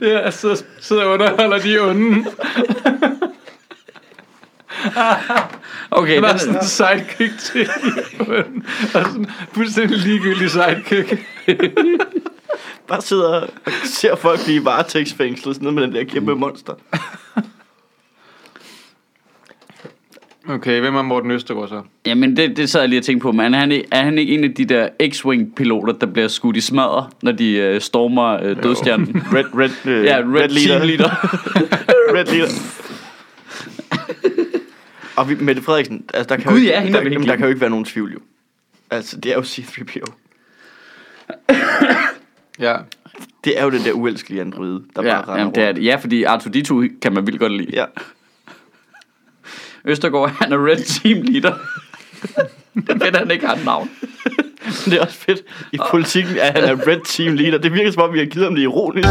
Ja, så altså, sidder og underholder de onde. okay. Den, Han er sådan en sidekick til Og sådan fuldstændig ligegyldig sidekick. Bare sidder og ser folk blive varetægtsfængslet, sådan noget med den der kæmpe monster. Okay, hvem er Morten Østergaard så? jamen, det, det sad jeg lige og tænkte på, men er han, er han ikke en af de der X-Wing-piloter, der bliver skudt i smadder, når de øh, stormer øh, dødstjernen? Red, red, øh, Ja, Red, Red Team Leader. red leader. Og vi, Mette Frederiksen, altså der kan, Gud jo, ikke- ja, hende har der, vi ikke jamen, der glemt. kan jo ikke være nogen tvivl jo. Altså, det er jo C-3PO. Ja. Det er jo den der uelskelige androide, der ja, bare ja, render jamen, det er, det. ja, fordi Arthur D2 kan man vildt godt lide. Ja. Ja. Østergaard, han er Red Team Leader. det ved han ikke har et navn. Det er også fedt. I politikken er han er red team leader. Det virker som om, vi har givet ham det ironisk.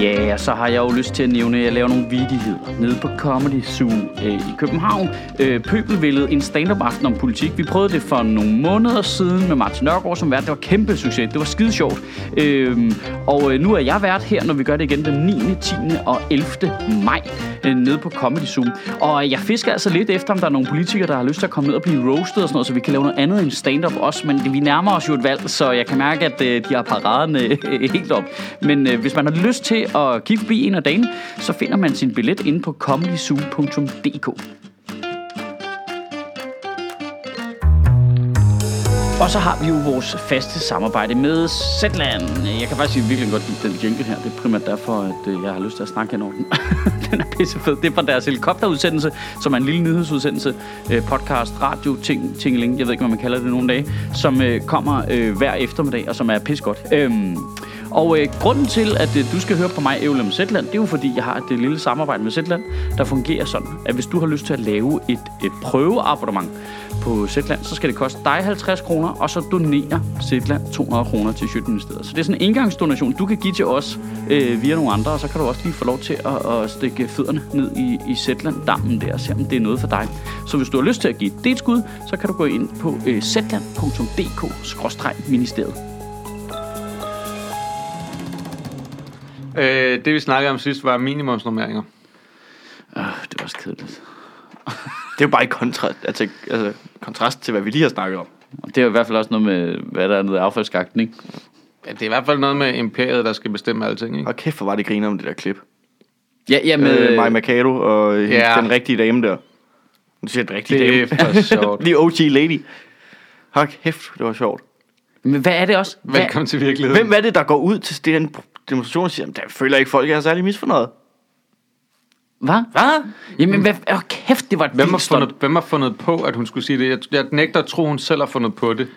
Ja, yeah, og så har jeg jo lyst til at nævne, at jeg laver nogle vidigheder nede på Comedy Zoo øh, i København. Øh, Pøbelvældet, en stand-up aften om politik. Vi prøvede det for nogle måneder siden med Martin Nørgaard som vært. Det var kæmpe succes. Det var skide sjovt. Øh, og øh, nu er jeg vært her, når vi gør det igen den 9., 10. og 11. maj øh, nede på Comedy Zoo. Og jeg fisker altså lidt efter, om der er nogle politikere, der har lyst til at komme ned og blive roasted og sådan noget, så vi kan lave noget andet end stand-up også. Men vi nærmer os jo et valg, så jeg kan mærke, at øh, de har paraderne øh, helt op. Men øh, hvis man har lyst til at kigge forbi en af dagene, så finder man sin billet inde på comedyzoo.dk. Og så har vi jo vores faste samarbejde med Zetland. Jeg kan faktisk sige, at jeg virkelig godt lide den jingle her. Det er primært derfor, at øh, jeg har lyst til at snakke hen over den. den er pissefed. Det er fra deres helikopterudsendelse, som er en lille nyhedsudsendelse. øh, Podcast, radio, ting, tingeling. Jeg ved ikke, hvad man kalder det nogle dage. Som øh, kommer øh, hver eftermiddag, og som er pissegodt. Øhm, og øh, grunden til, at øh, du skal høre på mig, Evelem Zetland, det er jo fordi, jeg har et øh, lille samarbejde med Zetland, der fungerer sådan, at hvis du har lyst til at lave et, et prøveabonnement på Zetland, så skal det koste dig 50 kroner, og så donerer Zetland 200 kroner til Sjøtministeriet. Så det er sådan en engangsdonation, du kan give til os øh, via nogle andre, og så kan du også lige få lov til at, at stikke fødderne ned i, i Zetland-dammen der, og se om det er noget for dig. Så hvis du har lyst til at give det et skud, så kan du gå ind på øh, zetland.dk-ministeriet. Øh, det vi snakkede om sidst var minimumsnormeringer. Øh, det var også kedeligt. Det er jo bare i kontrast, altså, altså, kontrast til, hvad vi lige har snakket om. Og det er jo i hvert fald også noget med, hvad der er nede i affaldsskakten, ikke? Ja, det er i hvert fald noget med imperiet, der skal bestemme alting, ikke? Og kæft, hvor var det griner om det der klip. Ja, ja Med øh, Maja med... Mercado og øh, Ja. den rigtige dame der. Nu siger jeg den rigtige Det er dame. for sjovt. Lige OG lady. Hak, hæft, det var sjovt. Men hvad er det også? Hvad, Velkommen til virkeligheden. Hvem er det, der går ud til den demonstration og siger, "Jamen, der føler jeg ikke, folk er særlig misfornøjet? hvad? Hvad? Jamen, hvad? Åh, kæft, det var et Hvem har, vildt stunt. fundet, hvem har fundet på, at hun skulle sige det? Jeg, jeg nægter at tro, hun selv har fundet på det.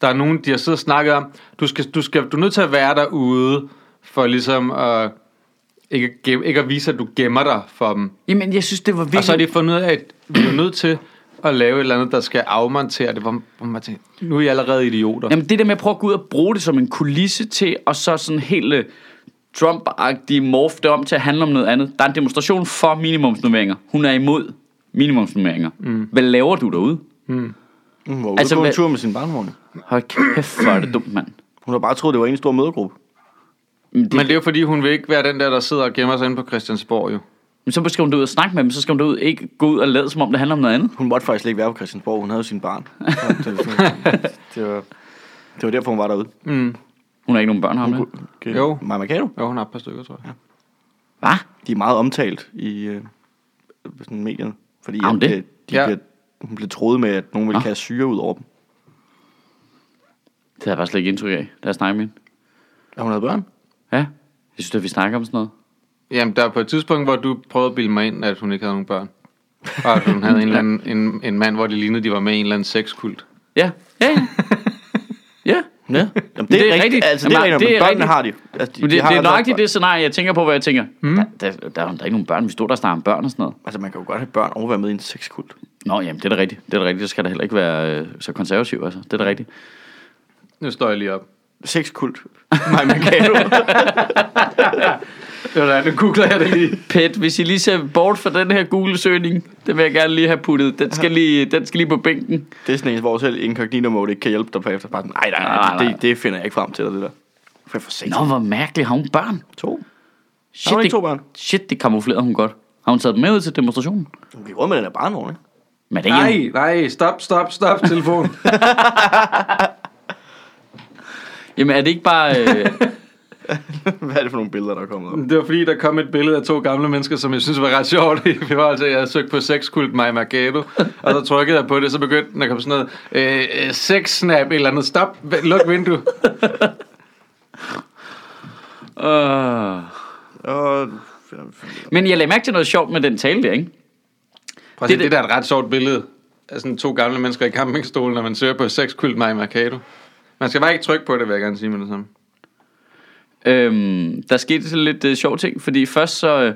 Der er nogen, de har siddet og snakket om, du, skal, du, skal, du er nødt til at være derude, for ligesom at, ikke, at gem- ikke at vise, at du gemmer dig for dem. Jamen, jeg synes, det var Og vildt. så har de fundet ud af, at vi er nødt til at lave et eller andet, der skal afmontere det, hvor, hvor man tænker, nu er I allerede idioter. Jamen, det der med at prøve at gå ud og bruge det som en kulisse til, og så sådan helt... øh, Trump-agtige morf det om til at handle om noget andet. Der er en demonstration for minimumsnummeringer. Hun er imod minimumsnummeringer. Mm. Hvad laver du derude? Hun var ude Altså, altså, på hvad- en tur med sin barnevogn. Hold kæft, hvor er det dumt, mand. Hun har bare troet, det var en stor mødegruppe. Men, det, Men det er jo fordi, hun vil ikke være den der, der sidder og gemmer sig inde på Christiansborg jo. men så skal hun derud og snakke med dem, så skal hun derud ikke gå ud og lade, som om det handler om noget andet. Hun måtte faktisk slet ikke være på Christiansborg. Hun havde jo sin barn. Så det, det, var, det var derfor, hun var derude. Hun har ikke nogen børn, har hun det? Okay. Jo. Maja Mercado. Jo, hun har et par stykker, tror jeg. Ja. Hvad? De er meget omtalt i øh, sådan medierne. Fordi Er hun at, det? øh, de Ja. ja. bliver, hun blev troet med, at nogen ville Nå. kaste syre ud over dem. Det havde jeg bare slet ikke indtryk af, da jeg snakkede med hende. Og hun havde børn? Ja, jeg synes, at vi snakker om sådan noget. Jamen, der er på et tidspunkt, hvor du prøvede at bilde mig ind, at hun ikke havde nogen børn. Og at hun havde en, eller anden, en, en mand, hvor det lignede, de var med i en eller anden sexkult. Ja, ja, ja. ja. Ja. Jamen, det, er det er rigtigt. rigtigt. Altså, det er Jamen, rigtigt. det Men er rigtigt. børnene har de. Altså, de, Men de det, har det er altså- nøjagtigt det scenarie, jeg tænker på, hvor jeg tænker, mm. der, der, der, der, er der ikke nogen børn, vi stod der og snakkede om børn og sådan noget. Altså, man kan jo godt have børn og være med i en sexkult. Nå, jamen, det er da rigtigt. Det er da rigtigt. Det skal da heller ikke være øh, så konservativ, altså. Det er da rigtigt. Nu står jeg lige op. Sexkult. Maja Mercado. Det var da, nu googler jeg det lige. Pet, hvis I lige ser bort fra den her Google-søgning, det vil jeg gerne lige have puttet. Den skal lige, den skal lige på bænken. det er sådan en, hvor selv incognito mode ikke kan hjælpe dig på efter. Bare sådan, nej, nej, Nej, nej, nej. det, det finder jeg ikke frem til, det der. For for sent. Nå, hvor mærkeligt. Har hun børn? To. Shit, hun ikke det, to børn? Shit, det kamuflerede hun godt. Har hun taget dem med ud til demonstrationen? Hun gik rundt med den der barnevogn, ikke? Men er det ikke Nej, nej, stop, stop, stop, telefon. Jamen, er det ikke bare... Øh, Hvad er det for nogle billeder, der er kommet op? Det var fordi, der kom et billede af to gamle mennesker, som jeg synes var ret sjovt. I forhold til, at jeg havde søgt på sexkult Maja Mercado, og så trykkede jeg på det, så begyndte den at komme sådan noget, øh, øh, sex-snap, et eller andet, stop, v- luk vindue. øh. Og... Men jeg lagde mærke til noget sjovt med den tale der, ikke? Prøv at Det er det- se, det, der er et ret sjovt billede af sådan to gamle mennesker i campingstolen, når man søger på sexkult Maja Mercado. Man skal bare ikke trykke på det, vil jeg gerne sige med det samme. Øhm, der skete så lidt øh, sjov ting, fordi først så... Øh,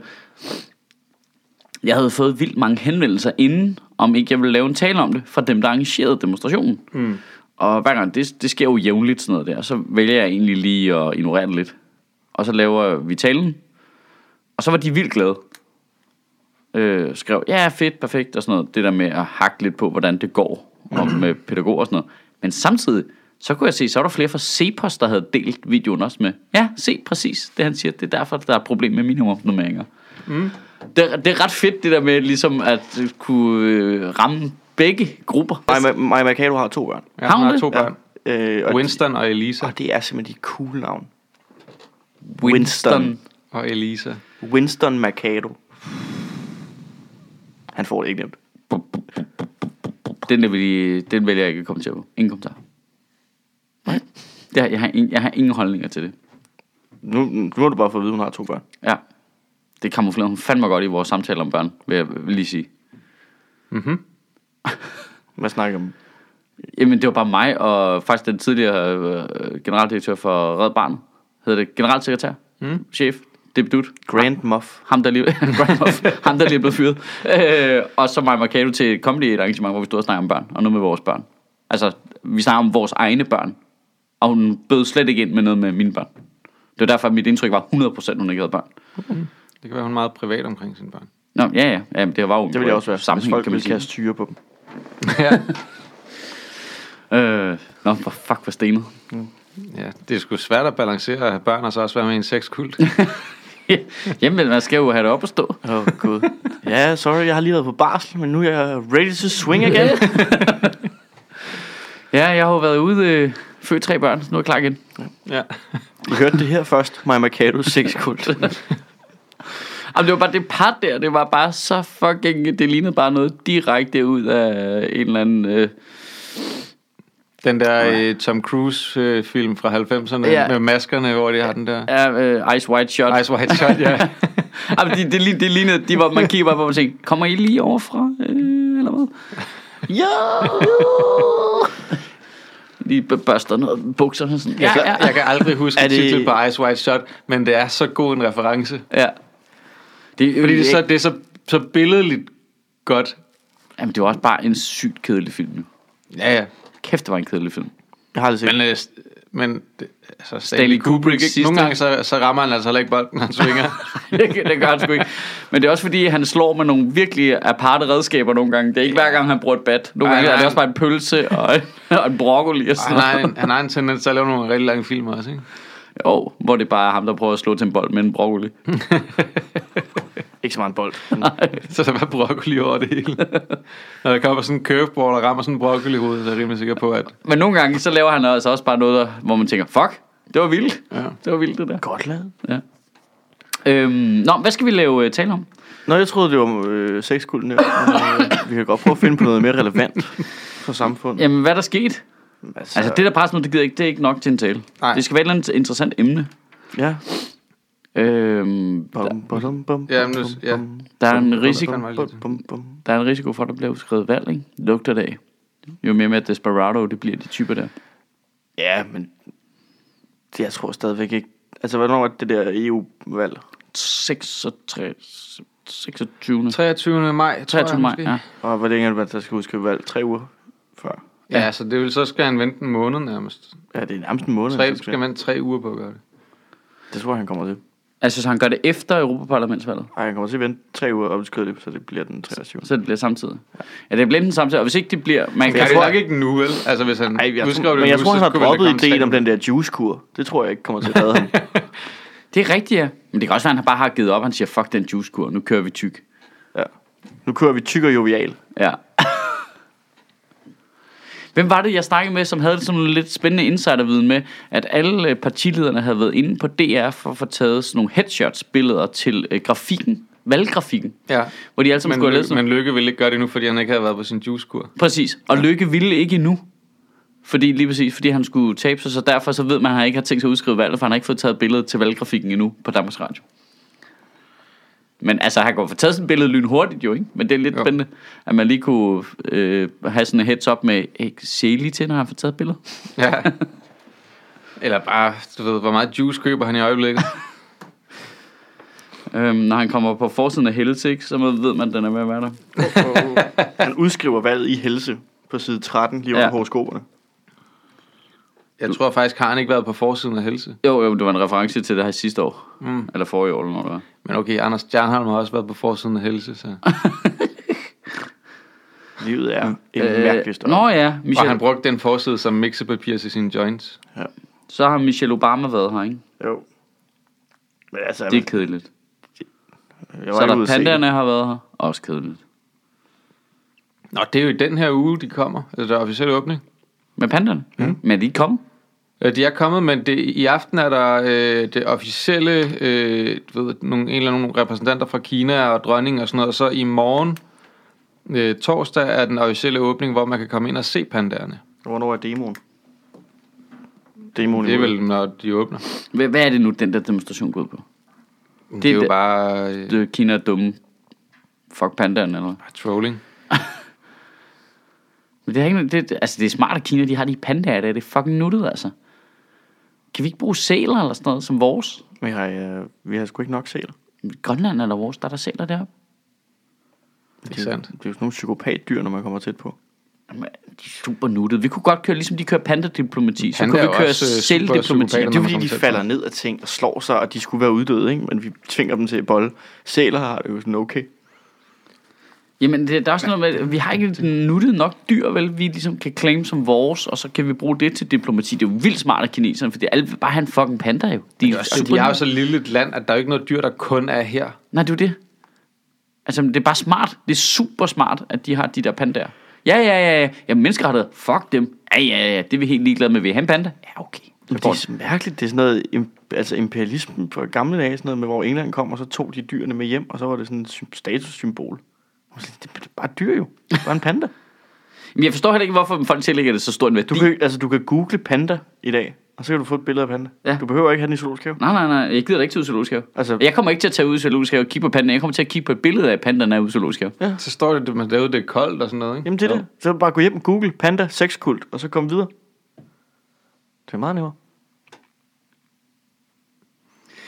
jeg havde fået vildt mange henvendelser inden, om ikke jeg ville lave en tale om det, fra dem, der arrangerede demonstrationen. Mm. Og hver gang, det, det sker jo jævnligt sådan noget der, så vælger jeg egentlig lige at ignorere det lidt. Og så laver vi talen, og så var de vildt glade. Øh, skrev, ja fedt, perfekt og sådan noget. Det der med at hakke lidt på, hvordan det går om med pædagoger og sådan noget. Men samtidig, så kunne jeg se, så var der flere fra Cepos, der havde delt videoen også med. Ja, se præcis det han siger. Det er derfor, der er et problem med minimumsnummeringer. Mm. Det, er- det er ret fedt det der med ligesom at kunne øh, ramme begge grupper. Maja- Maja Mercado har to børn. Ja, Har hun hun har det? to børn. Øh, og Winston og Elisa. Og det er simpelthen de cool navn. Winston. Winston. Og Elisa. Winston Mercado. Han får det ikke nemt. Den, der vil, I- den vælger jeg ikke at kommentere på. Ingen kommentar. Nej. Det har, jeg, har ingen, jeg har ingen holdninger til det. Nu, nu må du bare få at vide, hun har to børn. Ja. Det kamuflerede hun fandme godt i vores samtale om børn, vil jeg lige sige. Hvad snakker om? Jamen, det var bare mig og faktisk den tidligere øh, generaldirektør for Red Barnet. Hedder det generalsekretær? Mm. Chef? Debut? Grand Muff. Ham, der lige, Grand Muff. ham, der lige er blevet fyret. Øh, og så mig Mercado til et comedy et arrangement, hvor vi stod og snakkede om børn, og noget med vores børn. Altså, vi snakker om vores egne børn, og hun bød slet ikke ind med noget med mine børn. Det var derfor, at mit indtryk var 100% hun ikke havde børn. Det kan være, hun er meget privat omkring sine børn. Nå, ja, ja, ja men det var jo Det vil jeg også være. Hvis sammenhæng, folk kan man vil sige. kaste tyre på dem. ja. Øh, nå, hvor fuck var stenet. ja, det er sgu svært at balancere at have børn, og så også være med i en sexkult. Jamen, man skal jo have det op at stå. Åh, oh, gud. Ja, sorry, jeg har lige været på barsel, men nu er jeg ready to swing again. Ja, jeg har jo været ude, øh, født tre børn, så nu er jeg klar igen. ja. I hørte det her først. Maja Mercado, sexkult. Jamen, det var bare det par der, det var bare så fucking, det lignede bare noget direkte ud af en eller anden... Øh, Den der øh, Tom Cruise-film øh, film fra 90'erne Ja. ja. med maskerne, hvor de har den der. ja, øh, Ice White Shot. Ice White Shot, ja. Jamen, det, det, li- det lignede, de var, man kiggede bare på og tænkte, kommer I lige overfra, øh, eller hvad? ja! De b- børster noget af bukserne sådan. Ja, Jeg, ja, kan, jeg kan aldrig huske Er det... det- titlen på Ice White Shot, men det er så god en reference. ja. Det, Fordi det er så, det er så, så billedligt godt. Jamen, det var også bare en sygt kedelig film. jo. Ja, ja. Kæft, det var en kedelig film. Jeg har altså aldrig set. Men, øh, men det, altså Stanley, Stanley Stanley Kubrick Kubrick, ikke? sidste- Nogle gange så, så rammer han altså heller ikke bolden, når han svinger. det, det gør han sgu ikke. Men det er også fordi, han slår med nogle virkelig aparte redskaber nogle gange. Det er ikke hver gang, han bruger et bat. Nogle Ej, gange er nej. det også bare en pølse og en, og en broccoli og sådan han, har noget. en, han har en tendens til at lave nogle rigtig lange film også, ikke? Jo, hvor det bare er ham, der prøver at slå til en bold med en broccoli. Ikke så meget en bold. Så der var broccoli over det hele. Når der kommer sådan en curveball, der rammer sådan en broccoli i hovedet, så er jeg rimelig sikker på, at... Men nogle gange, så laver han altså også bare noget, der, hvor man tænker, fuck, det var vildt. Ja. Det var vildt, det der. Godt lavet. Ja. Øhm, nå, hvad skal vi lave øh, tale om? Nå, jeg troede, det var øh, sexkulden. her. Men, øh, vi kan godt prøve at finde på noget mere relevant for samfundet. Jamen, hvad er der sket? altså, Altså, det der pressemøde, det gider ikke, det er ikke nok til en tale. Nej. Det skal være et eller andet interessant emne. Ja. Øhm, der, Bum, bum, bum, bum, Ja, men nu- bum, ja. bum, der, er en risiko, bum, bum, bum, bum, bum. der er en risiko for, at der bliver skrevet valg, ikke? Lugter det af. Jo mere med, at Desperado, det bliver de typer der. Ja, men det, jeg tror stadigvæk ikke... Altså, hvornår var det der EU-valg? 66, 26. 23. maj, tror 23. jeg, maj, måske. ja. Og hvor længe er det, man der skal udskrive valg? Tre uger før? Ja, så det vil så skal han vente en måned nærmest. Ja, det er nærmest en måned. Tre, han skal man tre uger på at gøre det. Det tror jeg, han kommer til. Altså, så han gør det efter Europaparlamentsvalget, Ej, han kommer til at vente tre uger og udskrive det, så det bliver den 23. så det bliver samtidig. Ja, det bliver enten samtidig, og hvis ikke det bliver... Man Det er kan, det nok ikke nu, vel? Altså, hvis han Ej, jeg udskriver tror, det men jeg nu, tror, så han har kunne vel droppet komme ideen tre- om den der juicekur. Det tror jeg ikke kommer til at redde ham. det er rigtigt, ja. Men det kan også være, at han bare har givet op, han siger, fuck den juicekur, nu kører vi tyk. Ja. Nu kører vi tyk og jovial. Ja. Hvem var det, jeg snakkede med, som havde sådan nogle lidt spændende insiderviden med, at alle øh, partilederne havde været inde på DR for at få taget sådan nogle headshots-billeder til øh, grafikken, valggrafikken, Ja. hvor de alle sammen Men, skulle have lavet Lykke, sådan... men Lykke ville ikke gøre det nu, fordi han ikke havde været på sin juicekur. Præcis, og Lykke ville ikke endnu. Fordi lige præcis, fordi han skulle tabe sig, så derfor så ved man, at han ikke har tænkt sig at udskrive valget, for han har ikke fået taget billedet til valggrafikken endnu på Danmarks Radio. Men altså, han kunne få taget sådan et billede lynhurtigt jo, ikke? Men det er lidt jo. Jo. spændende, at man lige kunne øh, have sådan en heads up med, ikke, se lige til, når han får taget billedet. Ja. Eller bare, du ved, hvor meget juice køber han i øjeblikket. Øhm, når han kommer på forsiden af Helse, ikke? Så ved man, at den er ved at være der. Han udskriver valget i helse på side 13, lige Ja. under ja. horoskoperne. Jeg tror faktisk, har han ikke været på forsiden af Helse. Jo, jo, det var en reference til det her sidste år. Mm. Eller forrige år, eller noget. det var. Men okay, Anders Stjernholm har også været på forsiden af Helse, så... Livet er en øh, mærkelig større. Nå ja, Og han Michelle, brugte den forside som mixepapir til sine joints. så har Michelle Obama været her, ikke? Jo. Men altså, Det er kedeligt. jeg Så ikke der ude at se pandaerne har været her. Også kedeligt. Nå, det er jo i den her uge, de kommer. Altså, der er officiel åbning. Med pandaerne? Mm. Men er de ikke kommet? Øh, De er kommet, men det, i aften er der øh, det officielle, øh, du ved, nogle, en eller anden nogle repræsentanter fra Kina og dronning og sådan noget. Og så i morgen, øh, torsdag, er den officielle åbning, hvor man kan komme ind og se pandaerne. det. Hvornår er demoen? Demoen i Det er morgen. vel, når de åbner. Det, Hvad, hvad er det nu, den der demonstration går ud på? det er jo det- bare øh, Det er Kina er dumme. Fuck pandaerne, eller hvad? trolling. Men det er, ikke, noget- det, det- altså, det er smart, at Kina de har de pandaer der. Det er fucking nuttet, altså. Kan vi ikke bruge sæler eller sådan noget som vores? Vi har, øh, vi har sgu ikke nok sæler. I Grønland eller vores, der er der sæler deroppe. Det er sandt. Det er jo sådan nogle psykopatdyr, når man kommer tæt på. Jamen, de er super nuttede. Vi kunne godt køre, ligesom de kører pandadiplomati, så Panda kunne er vi jo køre også, øh, super selvdiplomati. psykopater, Det er jo man fordi, kommer de tæt på. falder ned af ting og slår sig, og de skulle være uddøde, ikke? Men vi tvinger dem til at bolle. Sæler har det jo sådan okay. Jamen, det, der er også noget med, at vi har ikke et nuttet nok dyr, vel? Vi ligesom kan claim som vores, og så kan vi bruge det til diplomati. Det er jo vildt smart af kineserne, fordi alle vil bare have en fucking panda, jo. De, er Altså, super... de har jo så lille et land, at der er jo ikke noget dyr, der kun er her. Nej, det er jo det. Altså, det er bare smart. Det er super smart, at de har de der pandaer. Ja, ja, ja, ja. Jamen, menneskerettighed. Fuck dem. Ja, ja, ja. Det er vi helt ligeglade med. Vi har en panda. Ja, okay. Men det er så mærkeligt. Det er sådan noget, im- altså imperialismen fra gamle dage, sådan noget med, hvor England kom, og så tog de dyrene med hjem, og så var det sådan et sy- statussymbol. Og så, Det det er bare et dyr jo. Det er bare en panda. Men jeg forstår heller ikke, hvorfor folk tillægger det så stor en værdi. Du kan, altså, du kan google panda i dag, og så kan du få et billede af panda. Ja. Ja. Du behøver ikke have den i zoologisk have. Nej, nej, nej. Jeg gider da ikke til ud i zoologisk have. Altså... Altså- Jeg kommer ikke til at tage ud i zoologisk have og kigge på pandaen. Jeg kommer til at kigge på et billede af pandaen af ude i zoologisk have. Så står det, at man derude, det er koldt og sådan noget, ikke? Jamen det er Jo. det. Så bare gå hjem og google panda sexkult, og så kom videre. Det er meget nemmere.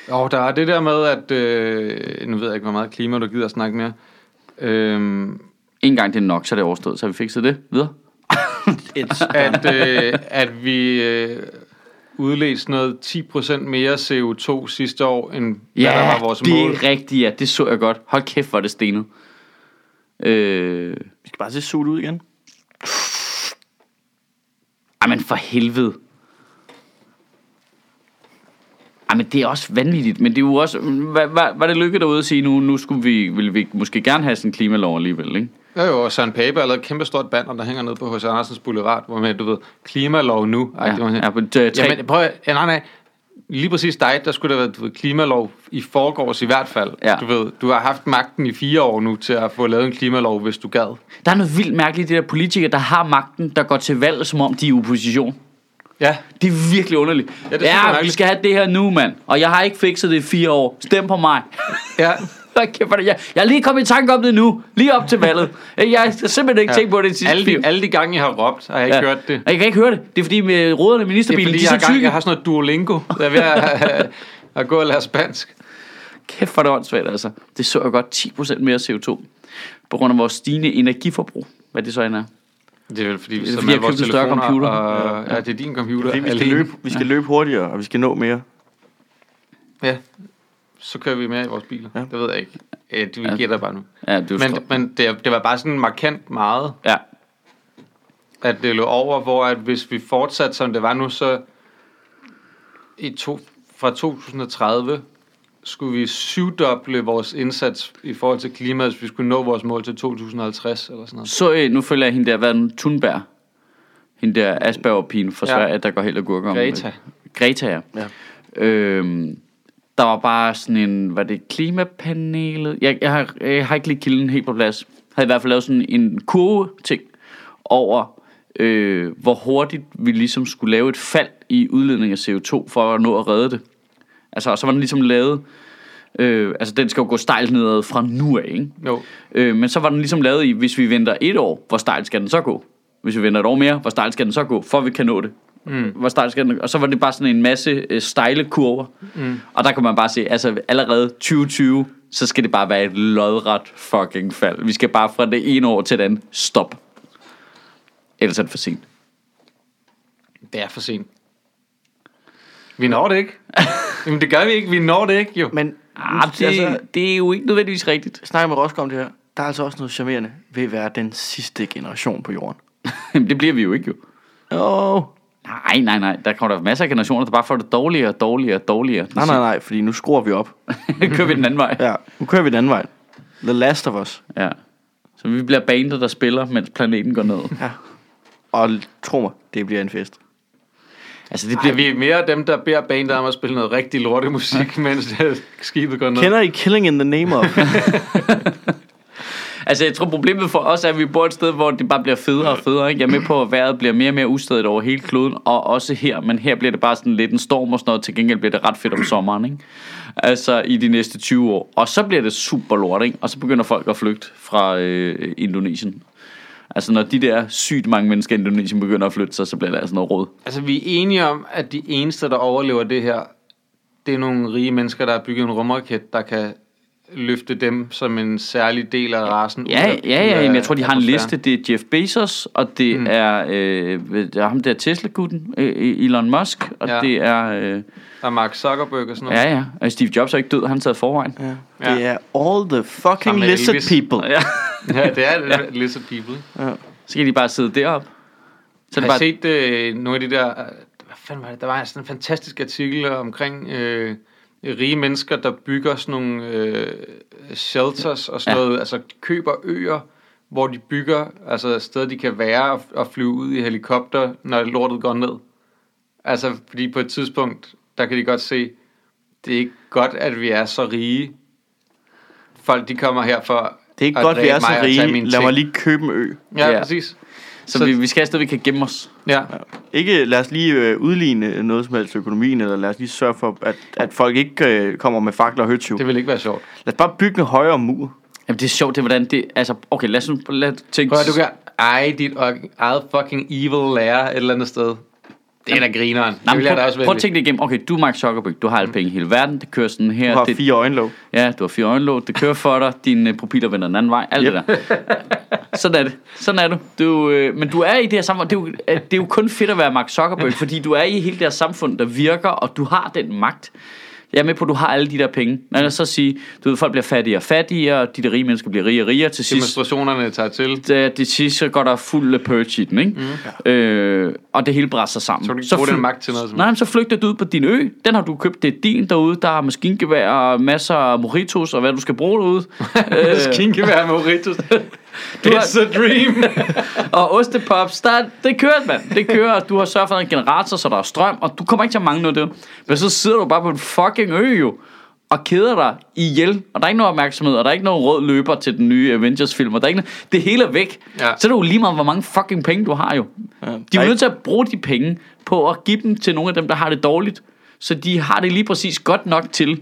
Og der er det der med, at... Øh, nu ved jeg ikke, hvor meget klima du gider at snakke mere. Øhm, En gang det er nok, så er det overstået. Så har vi fikset det. Videre. at, øh, at vi øh, udledt sådan noget 10% mere CO2 sidste år, end hvad Ja, der var vores det mål. er rigtigt, ja. Det så jeg godt. Hold kæft, hvor er det stenet. Øh, Vi skal bare se sult ud igen. ej, men for helvede. Ej, men det er også vanvittigt. Men det er jo også... Var, var, var det lykke derude at sige, nu, nu skulle vi, ville vi måske gerne have sådan en klimalov alligevel, ikke? Ja, jo, og Søren Pape har lavet et kæmpe stort banner, der hænger nede på H.C. Andersens Boulevard, hvor man, du ved, klimalov nu. Ej, Ja, det var sådan, ja, men, øh, tre- Jamen, prøv at, ja, nej, nej. Lige præcis dig, der skulle der være du ved, klimalov i forgårs i hvert fald. Ja. Du ved, du har haft magten i fire år nu til at få lavet en klimalov, hvis du gad. Der er noget vildt mærkeligt i det der politikere, der har magten, der går til valg, som om de er i opposition. Ja, Det er virkelig underligt. Ja, det er super vi mærkeligt. skal have det her nu, mand. Og jeg har ikke fikset det i fire år. Stem på mig. ja. Hold kæft, hvor er det- jeg, jeg er lige kommet i tanke om det nu. Lige op til valget. Jeg har simpelthen ikke ja. Ja. tænkt på det de sidste Alle fire de, alle de gange, jeg har råbt, har jeg ikke ja. hørt det. Og jeg kan ikke høre det. Det er fordi med råderne i Det er ministerbilen, fordi, de jeg, er har så gang, tykke. jeg har sådan noget Duolingo. Jeg er ved at, at, at gå og lære spansk. Kæft, hvor er det åndssvagt, altså. Det så jeg godt 10% mere CO2. På grund af vores stigende energiforbrug. Hvad det så end er. Det er vel fordi, er så fordi, man jeg vores købte en større telefoner, computer. Og, ja, det er din computer. Fordi vi skal, alene. løbe, vi skal løbe hurtigere, og vi skal nå mere. Ja, så kører vi mere i vores biler. Ja. Ja. Det ved jeg ikke. Øh, det, vi ja. gætter bare nu. Ja, det er jo Men, strøm. men det, det var bare sådan markant meget, Ja, at det lå over, hvor at hvis vi fortsatte, som det var nu, så i to, fra 2030 skulle vi syvdoble vores indsats i forhold til klimaet, hvis vi skulle nå vores mål til 2050 eller sådan noget. så øh, nu følger jeg hende der, hvad er den, Thunberg? Hende der Asperger-pigen fra Ja. Sverige, der går helt og gurker om. Greta. Greta, ja. Ja. Øhm, der var bare sådan en, var det klimapanelet? Jeg, jeg, har, jeg har ikke lige kilden helt på plads. Havde i hvert fald lavet sådan en kurve ting over, øh, hvor hurtigt vi ligesom skulle lave et fald i udledning af CO2 for at nå at redde det. Altså, og så var den ligesom lavet, øh, altså den skal jo gå stejlt nedad fra nu af, ikke? Jo. Øh, men så var den ligesom lavet i, hvis vi venter et år, hvor stejlt skal den så gå? Hvis vi venter et år mere, hvor stejlt skal den så gå, for at vi kan nå det? Mm. Hvor stejlt skal den, og så var det bare sådan en masse øh, stejle kurver. Mm. Og der kunne man bare se, altså allerede 2020, så skal det bare være et lodret fucking fald. Vi skal bare fra det ene år til det andet stop. Ellers er det for sent. Det er for sent. Vi når det ikke. Jamen det gør vi ikke. Vi når det ikke, jo. Men Arh, det, altså, altså, det er jo ikke nødvendigvis rigtigt. snakker med Roskilde om det her. Der er altså også noget charmerende ved at være den sidste generation på jorden. Jamen, det bliver vi jo ikke jo. Åh, oh. Nej, nej, nej. Der kommer der masser af generationer, der bare får det dårligere og dårligere og dårligere. nej, nej, nej, fordi nu skruer vi op. Kører vi den anden vej. Ja, nu kører vi den anden vej. The Last of Us. Ja. Så vi bliver bandet, der spiller, mens planeten går ned. Og tro mig, det bliver en fest. altså, det Ej, bliver... vi er mere dem, der beder bandet om at spille noget rigtig lortemusik, mens øh, skibet går ned. Kender I Killing in the Name of? Altså, jeg tror, problemet for os er, at vi bor et sted, hvor det bare bliver federe og federe. Ikke? Jeg er med på, at vejret bliver mere og mere ustadigt over hele kloden, og også her. Men her bliver det bare sådan lidt en storm og sådan noget. Til gengæld bliver det ret fedt om sommeren, ikke? Altså, i de næste 20 år. Og så bliver det super lort, ikke? Og så begynder folk at flygte fra øh, Indonesien. Altså, når de der sygt mange mennesker i Indonesien begynder at flytte sig, så bliver det altså noget råd. Altså, vi er enige om, at de eneste, der overlever det her, det er nogle rige mennesker, der har bygget en rumraket, der kan løfte dem som en særlig del af rasen. ud Ja, af- ja, ud ja, af men jeg tror, de har en atmosfæren. liste. Det er Jeff Bezos, og det mm. er, øh, ved- der er ham der Tesla-gutten, øh, Elon Musk, og ja. Ja. det er, øh, Der er Mark Zuckerberg og sådan noget. ja, ja, og Steve Jobs er ikke død, han sad forvejen. Ja. Ja. Det er all the fucking Sammen med lizard Elvis. people. ja. Ja, ja det er ja. lizard people. Så kan de bare sidde derop. Så er Så det har I bare, set øh, nogle af de der... Øh, hvad fanden var det? Der var sådan en fantastisk artikel omkring øh, rige mennesker, der bygger sådan nogle øh, shelters og sådan Ja. ja. noget. Altså køber øer, hvor de bygger altså steder, de kan være og, og flyve ud i helikopter, når lortet går ned. Altså, fordi på et tidspunkt, der kan de godt se, det er ikke godt, at vi er så rige. Folk, de kommer her for Det er ikke at godt, vi dræbe er så mig og tage rige. mine Lad ting. mig lige købe en ø. Ja, Ja. ja. præcis. så, vi, vi skal afsted, vi kan gemme os. Ja. Ikke lad os lige øh, udligne noget som helst i økonomien, eller lad os lige sørge for, at, at folk ikke øh, kommer med fakler og høtyv. Det vil ikke være sjovt. Lad os bare bygge en højere mur. Jamen, det er sjovt, det er, hvordan det, altså, okay, lad os, nu- lad os tænke, Prøv at du kan eje dit og- eget fucking evil lærer et eller andet sted. Det er da grineren. Nej, det men vil jeg da også prøv, prøv at vælge. Mm. tænke det igennem. Okay, du er Mark Zuckerberg, du har alle penge i hele verden, det kører sådan her. Du har det, fire øjenlåg. Ja, du har fire øjenlåg, det kører for dig, dine øh, pupiller vender den anden vej, alt yep. det der. Sådan er det. Sådan er du. du øh, men du er i det her samfund. Det er, jo, øh, det er jo kun fedt at være Mark Zuckerberg, fordi du er i hele det her samfund, der virker, og du har den magt. Jeg er med på, at du har alle de der penge. Man kan så sige, du ved, folk bliver fattigere og fattigere, og de der rige mennesker bliver rigere og rigere. Til sidst, Demonstrationerne tager til. øh, til sidst så går der fuld purge i den, ikke? Mm. Øh, og det hele brænder sammen. Så kan du ikke bruge fly- den magt til noget som Nej, men så flygter du ud på din ø. Den har du købt. Det er din derude. Der er maskingevær og masser af mojitos og hvad du skal bruge derude. øh, Skinkevær med Moritus. It's a dream. og ostepops, der, det kører, mand. Det kører, og du har sørget for en generator, så der er strøm, og du kommer ikke til at mangle noget af det. Men så sidder du bare på en fucking ø jo, og keder dig ihjel, og der er ikke noget opmærksomhed, og der er ikke noget rød løber til den nye Avengers-film, og der er ikke noget, det hele er væk. Ja. Ja. Så er det jo lige meget, hvor mange fucking penge du har jo. Ja, de er jo ikke- nødt til at bruge de penge på at give dem til nogle af dem, der har det dårligt, så de har det lige præcis godt nok til,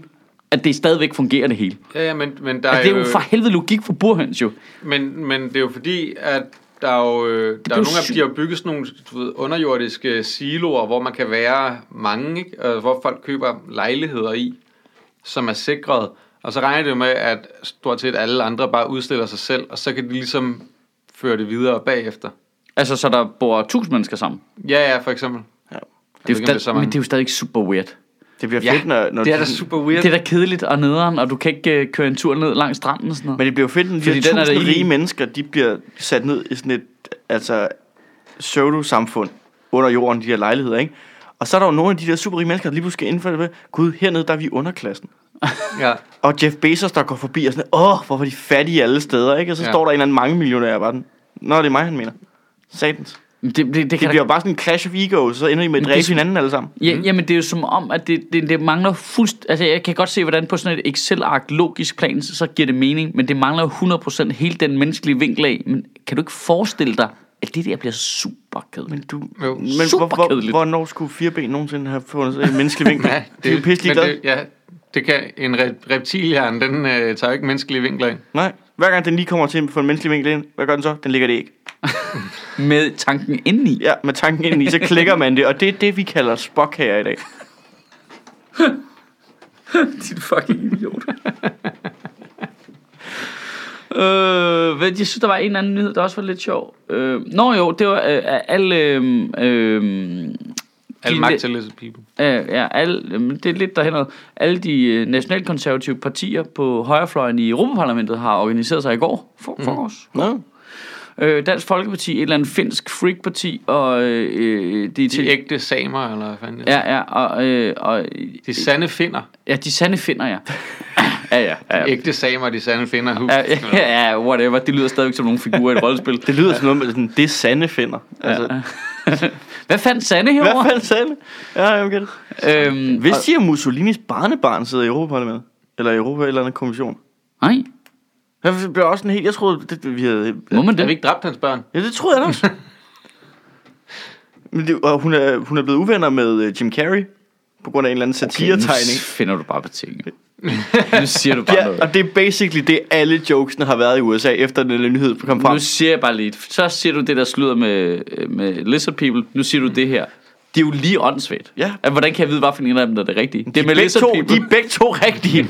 at det stadigvæk fungerer det hele. ja, ja, men, men der Ej, øh. er, det er jo for helvede logik for burhøns jo. Men, men det er jo fordi, at der er jo, øh, der er jo jo nogle af dem, sygt. de har bygget sådan nogle du ved, underjordiske siloer, hvor man kan være mange, ikke? Og hvor folk køber lejligheder i, som er sikret. Og så regner det jo med, at stort set alle andre bare udstiller sig selv, og så kan de ligesom føre det videre bagefter. Altså, så der bor tusind mennesker sammen. Ja, ja, for eksempel. Ja. Det ved er, ikke, om jo det er så stadig, mange. men det er jo stadig super weird. Det bliver fedt, når, når det er da de- super weird. Det er da kedeligt og nederen, og du kan ikke øh, køre en tur ned langs stranden og sådan noget. Men det bliver jo fedt, når de Fordi her den er der tusind i. rige mennesker, de bliver sat ned i sådan et altså, pseudo-samfund under jorden, de her lejligheder, ikke? Og så er der jo nogle af de der superrige mennesker, der lige pludselig indfører det med, gud, hernede, der er vi i underklassen. Ja. Og Jeff Bezos, der går forbi og sådan, åh, hvorfor er de fattige alle steder, ikke? Og så ja. Ja. står der en eller anden mange millionær bare den. Nå, det er mig, han mener. Satans. Men det, det, det, det Det kan bliver jo bare sådan en clash of egos, så ender de med at Men det er dræbe sådan- hinanden alle sammen. da, Mm. ja, jamen, det er jo som om, at det, det, det mangler fuldst... Altså, jeg kan godt se, hvordan på sådan et Excel-ark logisk plan, så, så giver det mening, men det mangler 100% hele den menneskelige vinkel af. Men kan du ikke forestille dig, at det der bliver super kedeligt? Men du, Jo. men Super hvor, hvor, kedeligt. hvornår skulle fire ben nogensinde have fundet sig i en menneskelig vinkel? ja det, det er jo pisselig men glad. det- Ja, det kan, en re- reptilhjerne, den øh, tager jo ikke menneskelige vinkler ind. Nej, hver gang den lige kommer til at få en menneskelig vinkel ind, hvad gør den så? Den ligger det ikke. Med tanken indeni. Ja, med tanken ind i, så klikker man det, og det er det, vi kalder Spock her i dag. Din fucking idiot. øh, hvad, jeg synes, der var en anden nyhed, der også var lidt sjov. Øh, nå jo, det var øh, alle... Øh, øh, Alle de- magt til little people. Øh, ja, alle, øh, men det er lidt derhenad. Alle de øh, nationalkonservative partier på højrefløjen i Europaparlamentet har organiseret sig i går. For, for mm. os. Nå. Øh, Dansk Folkeparti, et eller andet finsk freakparti, og øh, øh, det er De til... ægte samer, eller hvad fanden det er. Ja, ja, og, øh, og, De sande finder. ja, de sande finder, ja. ja, ja, ja. Ægte samer, de sande finder. Hu. Ja, ja, ja, whatever. Det lyder stadigvæk som nogle figurer i et rollespil. Det lyder som noget med sådan, det sande finder. Altså, ja. Hvad fandt Sande I hvert herovre? fald sande. Ja, jeg okay. Øhm, Hvis de er Mussolinis barnebarn, sidder i Europaparlamentet. Eller i Europa eller en kommission. nej, Det blev også en helt, jeg troede, det, vi havde... må man Har vi det? ikke dræbt hans børn? Ja, det troede jeg da også. Men det, og hun er, hun er blevet uvenner med øh, Jim Carrey. På grund af en eller anden satiretegning. nu finder du bare på ting. Nu siger du bare Ja, noget. og det er basically det, alle jokesene har været i USA, efter den lille nyhed kom frem. Nu siger jeg bare lidt. Så siger du det der sludder med, øh, med Lizard People. Nu siger du det her. Det er jo lige åndssvagt. Ja. At, hvordan kan jeg vide, hvilken en af dem, der er det rigtige? Det er med begge Lizard to, People. de er begge to rigtige.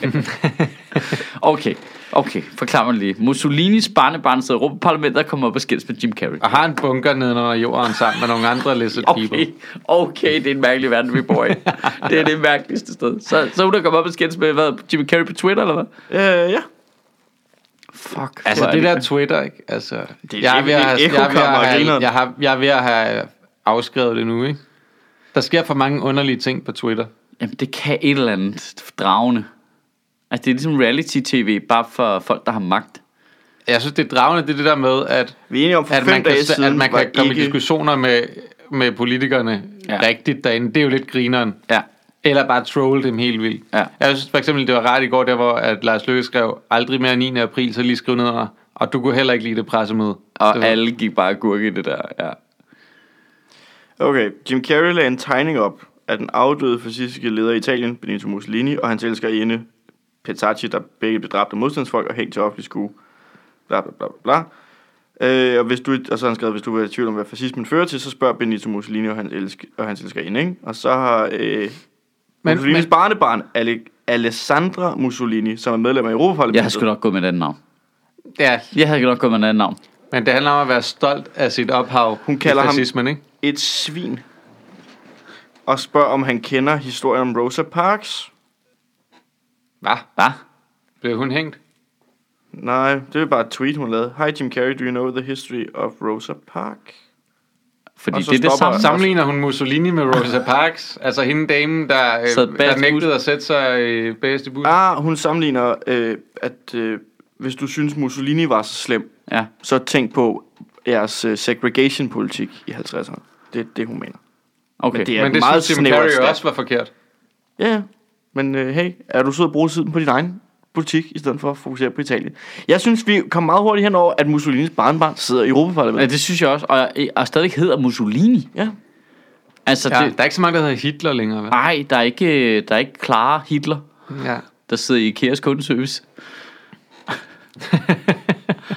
Okay, okay. Forklar mig lige. Mussolinis barnebarn sidder i Europaparlamentet og kommer op og skændes med Jim Carrey. Og har en bunker nede under jorden sammen med nogle andre lizard people. Okay, okay, det er en mærkelig verden, vi bor i. Det er det mærkeligste sted. Så, så hun er kommet op og skændes med, hvad, Jimmy Carrey på Twitter, eller hvad? øh, ja. Fuck. Altså hvor er det der Twitter, ikke? Altså, det, jeg, er det- ved at have, det er jeg, er ved ekokammer og at have, grineren. jeg, har, jeg er ved at have afskrevet det nu, ikke? Der sker for mange underlige ting på Twitter. Jamen, det kan et eller andet dragende. Altså, det er ligesom reality-tv, bare for folk, der har magt. Jeg synes, det er dragende, det er det der med, at, Vi er enige om, for at, fem man, kan, dage siden, siden at man var kan komme ikke... i diskussioner med, med politikerne Ja. ja. rigtigt derinde. Det er jo lidt grineren. Ja. Eller bare trolle dem helt vildt. Ja. Jeg synes for eksempel, det var rart i går, der hvor at Lars Løkke skrev, aldrig mere 9. april, så lige skriv ned under, og du kunne heller ikke lide det pressemøde. Og det det var, alle gik bare gurke i det der, ja. Okay, Jim Carrey lagde en tegning op af den afdøde fascistiske leder i Italien, Benito Mussolini, og hans elskerinde, Petacci, der begge blev dræbt af modstandsfolk og hængt til offentlig skue. Bla, bla, bla, bla. Øh, og, hvis du, og så har han skrevet, hvis du er i tvivl om, hvad fascismen fører til, så spørg Benito Mussolini og hans, elsk, og hans elskerinde, ikke? Og så har øh, Men- Mussolinis men- barnebarn, Ale, Alessandra Mussolini, som er medlem af Europaparlamentet. Jeg havde sgu nok gået med et andet navn. ja, Jeg havde nok gået med et andet navn. Men det handler om at være stolt af sit ophav Hun kalder i ham- fascismen, ikke? Et svin. Og spørger, om han kender historien om Rosa Parks. Hvad? Hvad? Blev hun hængt? Nej, det er bare et tweet, hun lavede. Hi Jim Carrey, do you know the history of Rosa Park? Fordi Og så det er det stopper- samme. Sammenligner hun Mussolini med Rosa Parks? altså hende damen, der, øh, Sad bagerst der i nægtede bussen. at sætte sig øh, bagerst i bussen? Ah, hun sammenligner, øh, at øh, hvis du synes, Mussolini var så slem, Ja. så tænk på jeres øh, segregation-politik i 50'erne. Det er det, hun mener. Okay. Men det er Men et det meget synes Jim snævert Carrey stat. også var forkert. Ja, ja. Men øh, hey, er du sød at bruge tiden på din egen politik, i stedet for at fokusere på Italien? Jeg synes, vi kom meget hurtigt henover, at Mussolinis barnbarn sidder i Ja, Europaparlamentet. det synes jeg også. Og, og stadig hedder Mussolini. Ja. Altså, Ja, ja, det, det, der er ikke så mange, der hedder Hitler længere, Ah. vel? ej, der er ikke, der er ikke klare Hitler, Ja. der sidder i IKEA's kundeservice.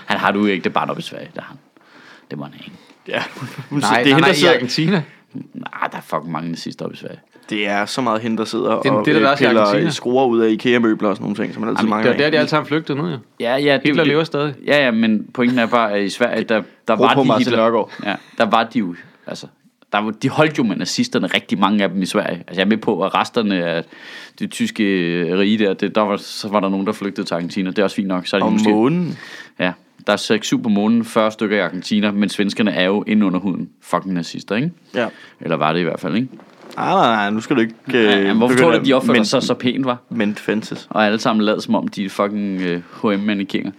han har du ikke det barn op i Sverige, der han. Det må han ikke. ja. Hun Nej, det nej, sidder- det, er hende, nej, der i sidder, Argentina. Nej, Ah, der er fucking mange nazister op i Sverige. det er så meget hende, der sidder er- og det er der øh, også i piller Argentina. øh, skruer ud af IKEA-møbler og sådan nogle ting, som man altid Jamen, mangler. Det var af. der, de alle sammen flygtede nu, jo. Ja, ja, det, Hitler det- lever stadig. Ja, ja, men pointen er bare, at i Sverige, der, der Råb var på de Martin Hitler. Nørgaard. Ja, der var de jo, altså, der, var- de holdt jo med nazisterne, rigtig mange af dem i Sverige. Altså, jeg er med på, at resterne af det tyske øh, rige der, det, der var, så var der nogen, der flygtede til Argentina. Det er også fint nok. Så er de Om måske, månen. Ja, der er 6-7 på månen, 40 stykker i Argentina, men svenskerne er jo inde under huden fucking nazister, ikke? Ja. Eller var det i hvert fald, ikke? Nej, nej, nej, nu skal du ikke... Øh, Øh, ja, hvorfor tror du, begynde at de opførte at sig så pænt, var? men- Ment fences. Og alle sammen lader som om, de er fucking øh, HM-mannekinger.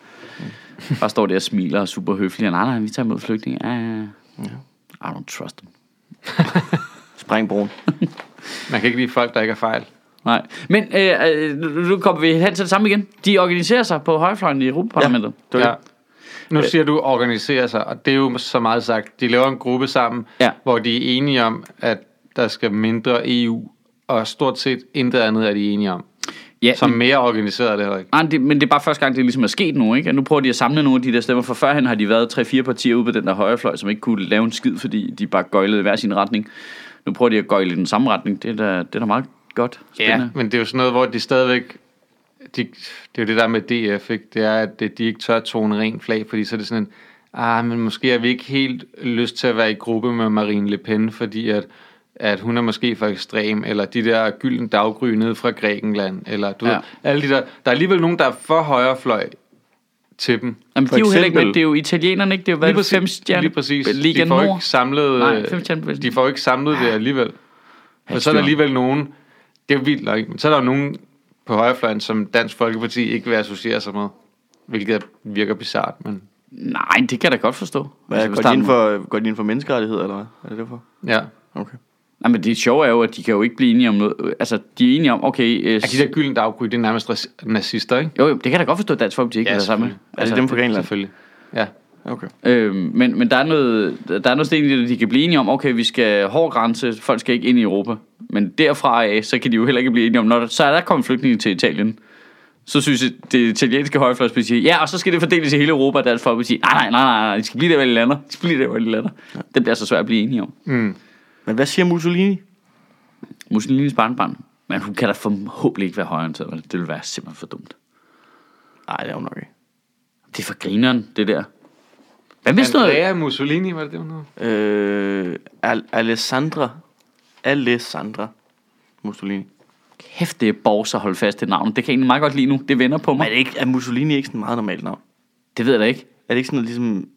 Bare står der og smiler og er super høflige. Nej, nej, vi tager imod flygtninge. Ja, ja, ja. I don't trust them. Spræng broen. Man kan ikke lide folk, der ikke er fejl. Nej. Men øh, øh, nu- nu kommer vi hen til det samme igen. De organiserer sig på højfløjen i Europaparlamentet. Det var Ja. det. Øh. Nu siger du, organiserer sig, og det er jo så meget sagt. De laver en gruppe sammen, Ja. hvor de er enige om, at der skal mindre EU, og stort set intet andet er de enige om. Ja, Som mere organiseret er det heller ikke. Nej, det, men det er bare første gang, det ligesom er sket nu, ikke? At nu prøver de at samle nogle af de der stemmer, for førhen har de været 3-4 partier ude på den der højrefløj, som ikke kunne lave en skid, fordi de bare gøjlede i hver sin retning. Nu prøver de at gøjle i den samme retning. Det er da, det er da meget godt. Ja, Spændende. men det er jo sådan noget, hvor de stadigvæk... De, det er jo det der med DF, ikke? Det er, at de ikke tør tone ren flag, fordi så er det sådan en... Ah, men måske har vi ikke helt lyst til at være i gruppe med Marine Le Pen, fordi at, at hun er måske for ekstrem, eller de der gylden daggry nede fra Grækenland, eller du ja. Ja. ved, alle de der... Der er alligevel nogen, der er for højrefløj til dem. Jamen, For de er jo heller ikke med. eksempel- Det er jo italienerne, ikke? Det er jo Lige været præcis, fem stjerne. lige præcis. Liga de får Nord. ikke samlet, Nej, øh, femstjernebevægelsen. de får ikke samlet det alligevel. Men så er styr. der alligevel nogen, det er vildt nok, men så er der jo nogen på højrefløjen, som Dansk Folkeparti ikke vil associere sig med. Hvilket virker bizart, men Nej, det kan jeg da godt forstå. Hvad, altså, hvis går, der de er ind nogen- for, går de ind for menneskerettigheder, eller hvad? Er det derfor? ja. Er Okay. Nej, men det sjove er jo, at de kan jo ikke blive enige om noget. Altså, de er enige om, okay... Øh, Altså, de der gylden daggry, det er nærmest ras- nazister, ikke? Jo, jo, det kan jeg da godt forstå, at Dansk Folkeparti ikke Ja, ja, er sammen. selvfølgelig. Altså, er det dem fra Grækenland? Selvfølgelig. Ja. Okay. Øh, men, men der er noget, der er noget sten i det, de kan blive enige om, okay, vi skal hård grænse, folk skal ikke ind i Europa. Men derfra af, så kan de jo heller ikke blive enige om, når der, så er der kommet flygtninge til Italien. Så synes jeg, det italienske højrefløjsparti, ja, og så skal det fordeles i hele Europa, og Dansk Folkeparti, "Ah, nej, nej, nej, nej, nej, de skal blive der, hvor de lander. De skal blive der, hvor de lander. Det bliver så svært at blive enige om. Men hvad siger Mussolini? Mussolinis barnbarn, men hun kan da forhåbentlig ikke være højreorienteret, vel? det vil være simpelthen for dumt. Nej, det er hun nok ikke. Det er for grineren, det der. Hvad med sådan noget? Andrea Mussolini, var det det, hun hed? Øh, Al- Alessandra. Alessandra Mussolini. Kæft, det er borgs at holde fast til navnet. Det kan jeg egentlig meget godt lide nu. Det vender på Men mig. er, det ikke, er Mussolini ikke sådan et meget normalt navn? Det ved jeg da ikke. Er det ikke sådan noget ligesom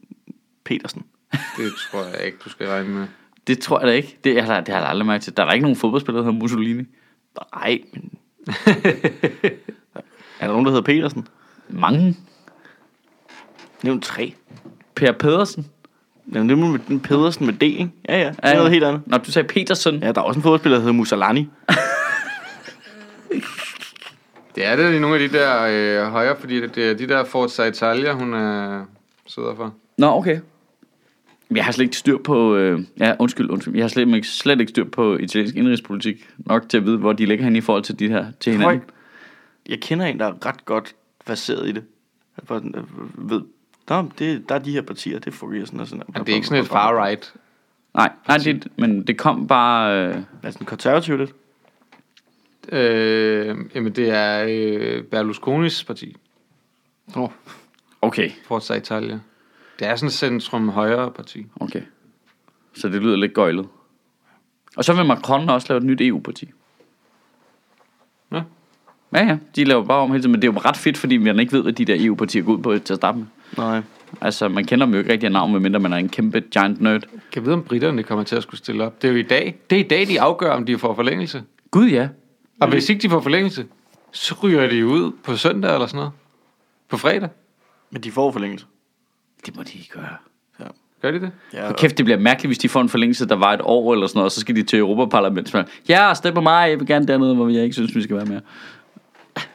Petersen? Det tror jeg ikke, du skal regne med. Det tror jeg da ikke. Det, jeg, har- det har jeg da aldrig mærket til. Der er da ikke nogen fodboldspiller, der hedder Mussolini. Nej, men... er der nogen, der hedder Petersen? Mange. Nævn tre. Per Pedersen. Jamen, det må med den Pedersen med D, ikke? Ja, ja. Det Ja, er ja. noget helt andet. Nå, du sagde Petersen. Ja. Ja, der er også en fodboldspiller, der hedder Mussolini. Det er det i nogle af de der øh, højre, fordi det er de der Forza Italia, hun øh, sidder for. Nå, okay. Men Jeg har slet ikke styr på... Øh, ja, undskyld, undskyld. Jeg har slet, ikke- slet ikke styr på italiensk indrigspolitik nok til at vide, hvor de ligger hen i forhold til, de her, til hinanden. Høj. Jeg kender en, der er ret godt baseret i det. Jeg bare sådan, øh, ved, Nå, det, der er de her partier, det får vi sådan og sådan. Men det er ikke sådan et far-right. Nej, nej det, men det kom bare... Øh, Er sådan konservativt lidt? Øh, jamen, det er øh, Berlusconis parti, Nå. okay. Forza Italia. Det er sådan et centrum-højre parti. Okay. Så det lyder lidt gøjlet. Og så vil Macron også lave et nyt E EU-parti. Ja. Ja, ja. De laver bare om hele tiden. Men det er jo ret fedt, fordi man ikke ved, hvad de der EU-partier går ud på til at starte med. Nej. Altså, man kender dem jo ikke rigtig af navn, medmindre man er en kæmpe giant nerd. Kan jeg vide, om britterne kommer til at skulle stille op? Det er jo i dag. Det er i dag, de afgør, om de får forlængelse. Gud ja. Og hvis ikke de får forlængelse, så ryger de ud på søndag eller sådan noget. På fredag. Men de får forlængelse. Det må de ikke gøre. Gør de det? Ja, Og kæft, det bliver mærkeligt, hvis de får en forlængelse, der var et år eller sådan noget, og så skal de til Europaparlamentet. Ja, stem på mig, jeg vil gerne dernede, hvor jeg ikke synes, vi skal være mere.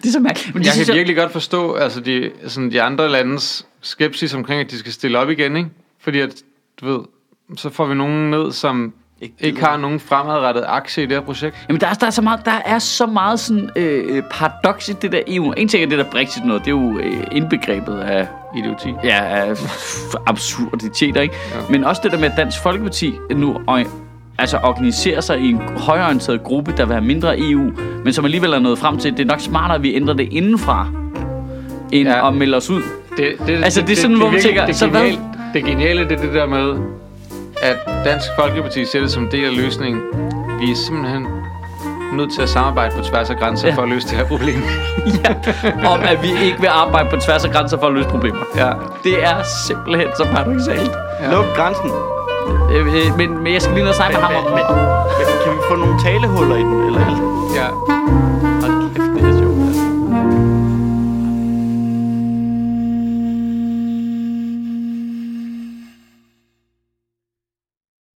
Det er så mærkeligt. Men det Jeg synes kan virkelig godt forstå altså de, sådan de andre landes skepsis omkring, at de skal stille op igen, ikke? Fordi at, du ved, så får vi nogen ned, som ikke, ikke har nogen fremadrettet aktie i det her projekt. Jamen, der er, der er, så, meget, der er så meget sådan, øh, paradoks i det der EU. En ting er det der Brexit noget, det er jo øh, indbegrebet af, Idioti. ja, af f- absurditeter, ikke? Ja. Men også det der med, at Dansk Folkeparti nu og, altså, organiserer sig i en højorienteret gruppe, der vil have mindre EU, men som alligevel er nået frem til, at det er nok smartere, at vi ændrer det indenfra, end Ja. ja. at melde os ud. Det, det, Altså, det er sådan, hvor man virkelig- tænker, det, så hvad? geniale, det geniale, det er det der med, at Dansk Folkeparti ser det som en del af løsningen. Vi er simpelthen nødt til at samarbejde på tværs af grænser ja. for at løse det her problem. ja, om at vi ikke vil arbejde på tværs af grænser for at løse problemer. Ja. Det er simpelthen så paradoxalt. Luk grænsen. Øh, øh, men, men jeg skal lige ned og snakke med ham om Men, men, kan vi få nogle talehuller i den? Eller? ja. Hold kæft.